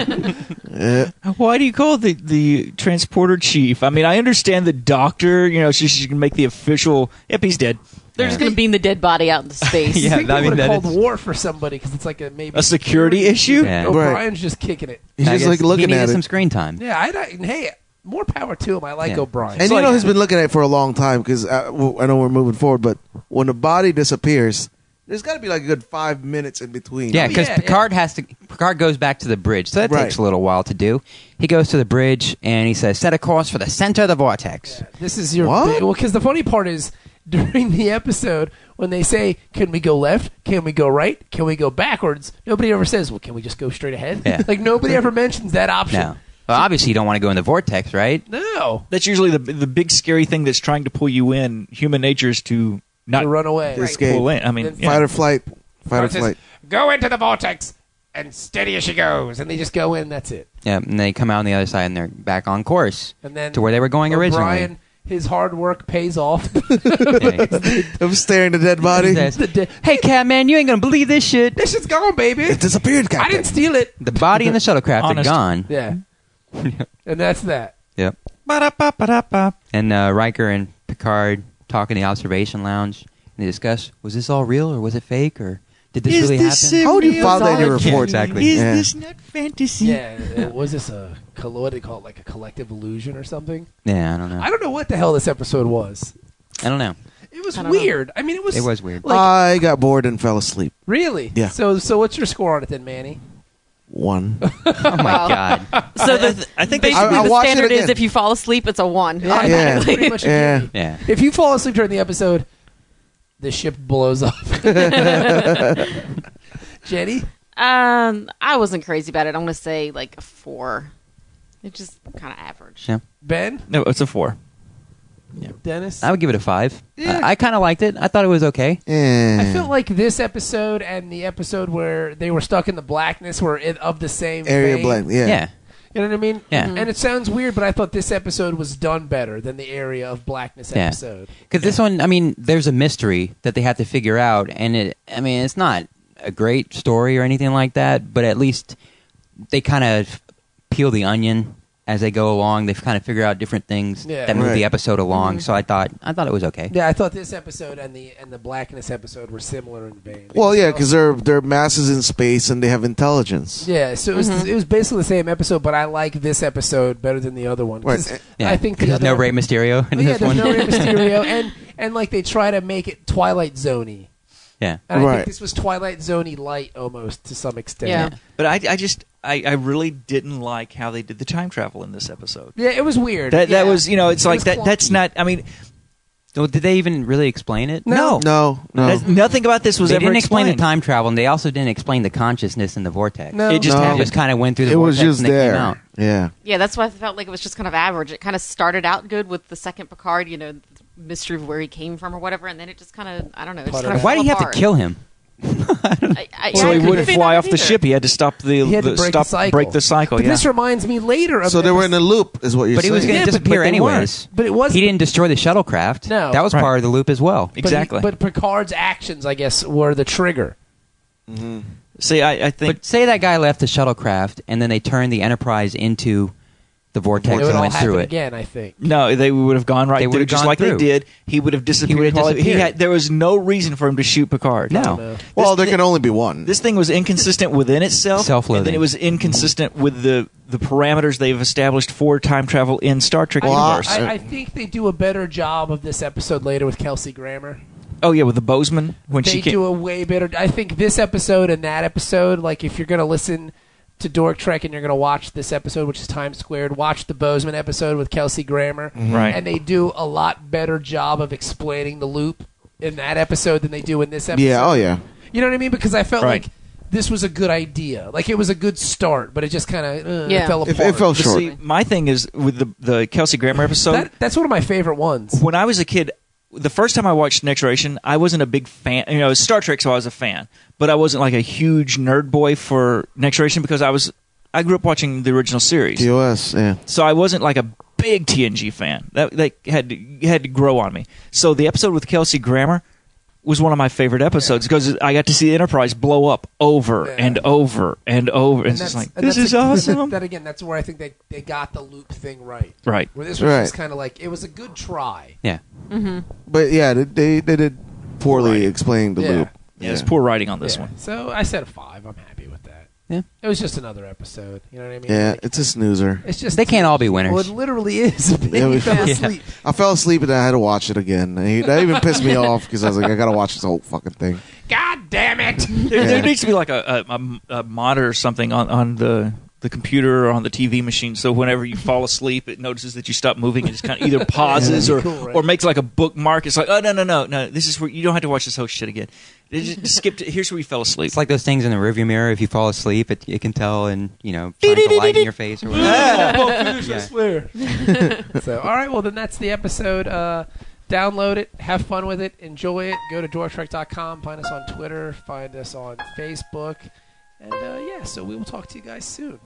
Speaker 5: Uh, Why do you call the the transporter chief? I mean, I understand the doctor. You know, she, she can make the official. Yep, he's dead.
Speaker 6: They're just going to beam the dead body out into space.
Speaker 4: Yeah.
Speaker 3: I think
Speaker 4: I
Speaker 3: they
Speaker 4: mean,
Speaker 3: would
Speaker 4: that
Speaker 3: have called
Speaker 4: is-
Speaker 3: war for somebody because it's like a maybe
Speaker 5: A security issue.
Speaker 4: Yeah.
Speaker 3: O'Brien's
Speaker 2: Right.
Speaker 3: just kicking it.
Speaker 2: He's
Speaker 4: I
Speaker 2: just
Speaker 4: guess
Speaker 2: like
Speaker 4: he
Speaker 2: looking
Speaker 4: needed
Speaker 2: at
Speaker 4: some
Speaker 2: it.
Speaker 4: screen time.
Speaker 3: Yeah, I don't, and hey, more power to him. I like
Speaker 4: Yeah.
Speaker 3: O'Brien.
Speaker 2: And you
Speaker 5: like-
Speaker 2: know he's been looking at it for a long time because I, w- I know we're moving forward, but when the body disappears, there's got to be like a good five minutes in between.
Speaker 4: Yeah, because
Speaker 3: yeah,
Speaker 4: Picard has to. Picard goes back to the bridge, so that
Speaker 2: Oh, Right.
Speaker 4: takes a little while to do. He goes to the bridge and he says, "Set a course for the center of the vortex."
Speaker 3: [LAUGHS] This is your
Speaker 2: What?
Speaker 3: big- well, because the funny part is [LAUGHS] during the episode when they say, "Can we go left? Can we go right? Can we go backwards?" Nobody ever says, "Well, can we just go straight ahead?"
Speaker 4: Yeah.
Speaker 3: [LAUGHS] like nobody ever mentions that option.
Speaker 4: No, well, obviously you don't want to go in the vortex, right?
Speaker 3: No,
Speaker 5: That's usually the the big scary thing that's trying to pull you in. Human nature is to not
Speaker 3: to run away.
Speaker 2: This
Speaker 6: Right.
Speaker 2: game.
Speaker 5: pull in. I mean,
Speaker 3: Then
Speaker 5: yeah.
Speaker 2: Fight or flight. Fight or
Speaker 3: Picard says,
Speaker 2: flight.
Speaker 3: Go into the vortex and steady as she goes, and they just go in. That's it.
Speaker 4: Yeah, and they come out on the other side and they're back on course
Speaker 3: And then
Speaker 4: to where they were going originally.
Speaker 3: O'Brien, his hard work pays off. [LAUGHS]
Speaker 4: Yeah.
Speaker 2: I'm staring at the dead body.
Speaker 4: He says, hey, Catman, you ain't gonna believe this shit.
Speaker 3: this shit's gone, [LAUGHS] baby.
Speaker 2: It disappeared,
Speaker 3: I
Speaker 2: Captain.
Speaker 3: didn't steal it.
Speaker 4: The body and the shuttlecraft are
Speaker 5: Honest.
Speaker 4: gone.
Speaker 3: Yeah, [LAUGHS] and that's that.
Speaker 4: Yep.
Speaker 5: Ba-da-ba-ba-da-ba.
Speaker 4: And uh, Riker and Picard talk in the observation lounge and they discuss: was this all real or was it fake or did this really happen?
Speaker 2: How would you file that in your
Speaker 4: Yeah,
Speaker 2: report?
Speaker 4: exactly.
Speaker 5: Is
Speaker 2: Yeah.
Speaker 5: this not fantasy?
Speaker 3: Yeah, uh, was this a col- what do they call it, like a collective illusion or something?
Speaker 4: yeah, I don't know.
Speaker 3: I don't know what the hell this episode was.
Speaker 4: I don't know.
Speaker 3: It was
Speaker 6: I don't know.
Speaker 3: weird. I mean, it was
Speaker 4: It was weird.
Speaker 3: like
Speaker 2: I got bored and fell asleep.
Speaker 3: really.
Speaker 2: Uh, Yeah.
Speaker 3: So so what's your score on it then, Manny? [LAUGHS]
Speaker 2: One.
Speaker 4: Oh my
Speaker 6: Wow.
Speaker 4: god.
Speaker 6: So the,
Speaker 5: I think they
Speaker 6: basically
Speaker 2: I- I
Speaker 6: the
Speaker 2: watched it
Speaker 6: standard is
Speaker 2: again.
Speaker 6: if you fall asleep, it's a one. [LAUGHS]
Speaker 3: Yeah.
Speaker 2: Yeah.
Speaker 6: automatically.
Speaker 3: Pretty much a
Speaker 2: Yeah.
Speaker 3: gimme.
Speaker 4: Yeah.
Speaker 3: If you fall asleep during the episode, the ship blows up. [LAUGHS] Jenny,
Speaker 6: Um, I wasn't crazy about it. I'm going to say like a four. It's just kind of average.
Speaker 4: Yeah.
Speaker 3: Ben,
Speaker 5: No, it's a four.
Speaker 3: Dennis.
Speaker 4: I would give it a five. I, I kind of liked it. I thought it was okay.
Speaker 2: Yeah.
Speaker 3: I feel like this episode and the episode where they were stuck in the blackness were in, of the same
Speaker 2: area
Speaker 3: vein.
Speaker 2: blank. Yeah.
Speaker 4: Yeah.
Speaker 3: You know what I mean?
Speaker 4: Yeah. Mhm.
Speaker 3: And it sounds weird, but I thought this episode was done better than the area of blackness
Speaker 4: Yeah.
Speaker 3: episode.
Speaker 4: Because this one, I mean, there's a mystery that they have to figure out, and it, I mean, it's not a great story or anything like that, but at least they kind of peel the onion as they go along. They kind of figure out different things
Speaker 3: Yeah. Mm-hmm.
Speaker 4: that move
Speaker 2: Right.
Speaker 4: the episode along. So I thought, I thought it was okay.
Speaker 3: Yeah, I thought this episode and the and the blackness episode were similar in vein.
Speaker 2: Well, yeah,
Speaker 3: So-
Speaker 2: because they're they're masses in space and they have intelligence.
Speaker 3: yeah, so it was
Speaker 4: Mm-hmm.
Speaker 3: it was basically the same episode, but I like this episode better than the other one. 'Cause
Speaker 2: Right.
Speaker 4: Yeah.
Speaker 3: I think the
Speaker 4: there's
Speaker 3: other
Speaker 4: no
Speaker 3: epi-
Speaker 4: Rey Mysterio in
Speaker 3: Oh, yeah,
Speaker 4: this
Speaker 3: there's
Speaker 4: one.
Speaker 3: no
Speaker 4: [LAUGHS]
Speaker 3: Rey Mysterio, and and like they try to make it Twilight Zoney,
Speaker 4: yeah.
Speaker 3: and I think
Speaker 2: Right.
Speaker 3: this was Twilight Zoney light almost to some extent.
Speaker 6: Yeah.
Speaker 5: But I, I just, I, I really didn't like how they did the time travel in this episode.
Speaker 3: Yeah, it was weird.
Speaker 5: That that
Speaker 3: Yeah.
Speaker 5: was, you know, it's
Speaker 3: It
Speaker 5: like
Speaker 3: was
Speaker 5: that. That's
Speaker 3: clunky.
Speaker 5: not. I mean,
Speaker 4: Well, did they even really explain it?
Speaker 3: No.
Speaker 2: No, no.
Speaker 8: That's- Nothing about this was
Speaker 4: they
Speaker 8: ever
Speaker 4: didn't
Speaker 8: explained.
Speaker 4: explain the time travel, and they also didn't explain the consciousness in the vortex.
Speaker 3: No.
Speaker 8: It just
Speaker 2: No.
Speaker 4: It
Speaker 8: happened.
Speaker 4: just kind of went through the
Speaker 2: it was
Speaker 4: vortex
Speaker 2: just
Speaker 4: and it came
Speaker 2: there.
Speaker 4: out.
Speaker 2: Yeah.
Speaker 6: Yeah, that's why I felt like it was just kind of average. It kind of started out good with the second Picard, you know, the mystery of where he came from or whatever, and then it just kind of, I don't know, it just
Speaker 3: Puttered
Speaker 6: kind
Speaker 3: out.
Speaker 6: of
Speaker 4: Why do you have to kill him?
Speaker 6: I, I,
Speaker 5: so
Speaker 6: I
Speaker 5: he
Speaker 6: couldn't
Speaker 5: wouldn't
Speaker 6: figure
Speaker 5: fly
Speaker 6: that
Speaker 5: off
Speaker 6: out
Speaker 5: the
Speaker 6: either.
Speaker 5: ship. He had to stop the,
Speaker 3: He had to
Speaker 5: the-
Speaker 3: break
Speaker 5: stop
Speaker 3: the cycle.
Speaker 5: break the cycle.
Speaker 3: But
Speaker 5: yeah.
Speaker 3: this reminds me later of
Speaker 2: So they
Speaker 3: the
Speaker 2: were in a loop, is what you're
Speaker 4: But he
Speaker 2: saying.
Speaker 4: was going
Speaker 3: Yeah,
Speaker 4: to
Speaker 3: but-
Speaker 4: disappear
Speaker 3: but they
Speaker 4: anyways.
Speaker 3: weren't. But it was-
Speaker 4: He didn't destroy the shuttlecraft.
Speaker 3: No.
Speaker 4: that was part of the loop as well.
Speaker 3: But he-
Speaker 5: exactly.
Speaker 3: But, Picard's actions, I guess, were the trigger.
Speaker 5: See, I, I think
Speaker 4: But say that guy left the shuttlecraft, and then they turned the Enterprise into the vortex
Speaker 3: it would
Speaker 4: and
Speaker 3: all
Speaker 4: went through
Speaker 3: happen
Speaker 4: it.
Speaker 3: again, I think.
Speaker 5: No, they would have gone right
Speaker 4: They would
Speaker 5: through
Speaker 4: have
Speaker 5: just
Speaker 4: gone
Speaker 5: like they
Speaker 4: through.
Speaker 5: did. He would have disappeared.
Speaker 4: would have
Speaker 5: Probably-
Speaker 4: disappeared.
Speaker 5: had, there was no reason for him to shoot Picard.
Speaker 4: No.
Speaker 3: know.
Speaker 2: well, there
Speaker 5: this,
Speaker 2: can only be one.
Speaker 5: this thing was inconsistent within itself.
Speaker 4: Self-loathing.
Speaker 5: And then it was inconsistent with the the parameters they've established for time travel in Star Trek
Speaker 2: Well, I-
Speaker 5: universe.
Speaker 3: I, I think they do a better job of this episode later with Kelsey Grammer.
Speaker 5: oh yeah, with the Bozeman when
Speaker 3: they
Speaker 5: she came.
Speaker 3: do a way better. I think this episode and that episode, like if you're gonna listen to Dork Trek and you're gonna watch this episode, which is Time Squared, watch the Bozeman episode with Kelsey Grammer,
Speaker 5: Mm-hmm. Right.
Speaker 3: And they do a lot better job of explaining the loop in that episode than they do in this episode.
Speaker 2: yeah, oh yeah.
Speaker 3: You know what I mean? Because I felt
Speaker 5: Right.
Speaker 3: like this was a good idea, like it was a good start, but it just kind of uh,
Speaker 6: Yeah.
Speaker 3: fell
Speaker 2: It,
Speaker 3: apart.
Speaker 2: it fell
Speaker 5: But
Speaker 2: short.
Speaker 5: see, my thing is with the the Kelsey Grammer episode.
Speaker 3: That- that's one of my favorite ones.
Speaker 5: when I was a kid, the first time I watched Next Generation, I wasn't a big fan. You know, it was Star Trek, so I was a fan, but I wasn't like a huge nerd boy for Next Generation because I was I grew up watching the original series,
Speaker 2: TOS, yeah.
Speaker 5: so I wasn't like a big TNG fan. That that had to, had to grow on me. So the episode with Kelsey Grammer was one of my favorite episodes because I got to see the Enterprise blow up over
Speaker 3: Yeah.
Speaker 5: and over and over. And, it's
Speaker 3: that's-
Speaker 5: just like
Speaker 3: and
Speaker 5: this
Speaker 3: that's
Speaker 5: is
Speaker 3: a- [LAUGHS]
Speaker 5: awesome,
Speaker 3: That again, that's where I think they, they got the loop thing right.
Speaker 5: right?
Speaker 3: Where this was
Speaker 2: Right.
Speaker 3: just kind of like it was a good try.
Speaker 4: Yeah.
Speaker 2: But yeah, they- they they did poorly explaining the
Speaker 3: Yeah.
Speaker 2: loop.
Speaker 5: Yeah, it's poor writing on this
Speaker 3: Yeah.
Speaker 5: one.
Speaker 3: So I said a five. I'm happy with that.
Speaker 4: Yeah.
Speaker 3: It was just another episode. You know what I mean?
Speaker 2: Yeah,
Speaker 3: Like,
Speaker 2: it's a snoozer.
Speaker 3: it's just
Speaker 4: They can't all be
Speaker 3: Well, it
Speaker 4: winners.
Speaker 3: literally is. [LAUGHS]
Speaker 2: Yeah, we-
Speaker 3: you
Speaker 5: [LAUGHS]
Speaker 3: fell
Speaker 2: Yeah.
Speaker 3: asleep.
Speaker 2: I fell asleep and I had to watch it again. I- That even pissed me off because I was like, I gotta watch this whole fucking thing.
Speaker 3: God damn it!
Speaker 5: There,
Speaker 2: Yeah.
Speaker 5: there needs to be like a, a, a monitor or something on, on the the computer or on the TV machine, so whenever you fall asleep, it notices that you stop moving and just
Speaker 3: [LAUGHS]
Speaker 5: kind of either pauses or
Speaker 3: Cool, right?
Speaker 5: or makes like a bookmark. It's like, oh no no no no, this is where you don't have to watch this whole shit again. They just skipped. it. Here's where you fell asleep.
Speaker 4: It's like those things in the rearview mirror. If you fall asleep, it, it can tell and, you know, shines a light in your face or whatever.
Speaker 3: I swear. [LAUGHS] so all right, well then that's the episode. Uh, download it, have fun with it, enjoy it. Go to DorkTrek.com. Find us on Twitter. Find us on Facebook. And uh, yeah, so we will talk to you guys soon.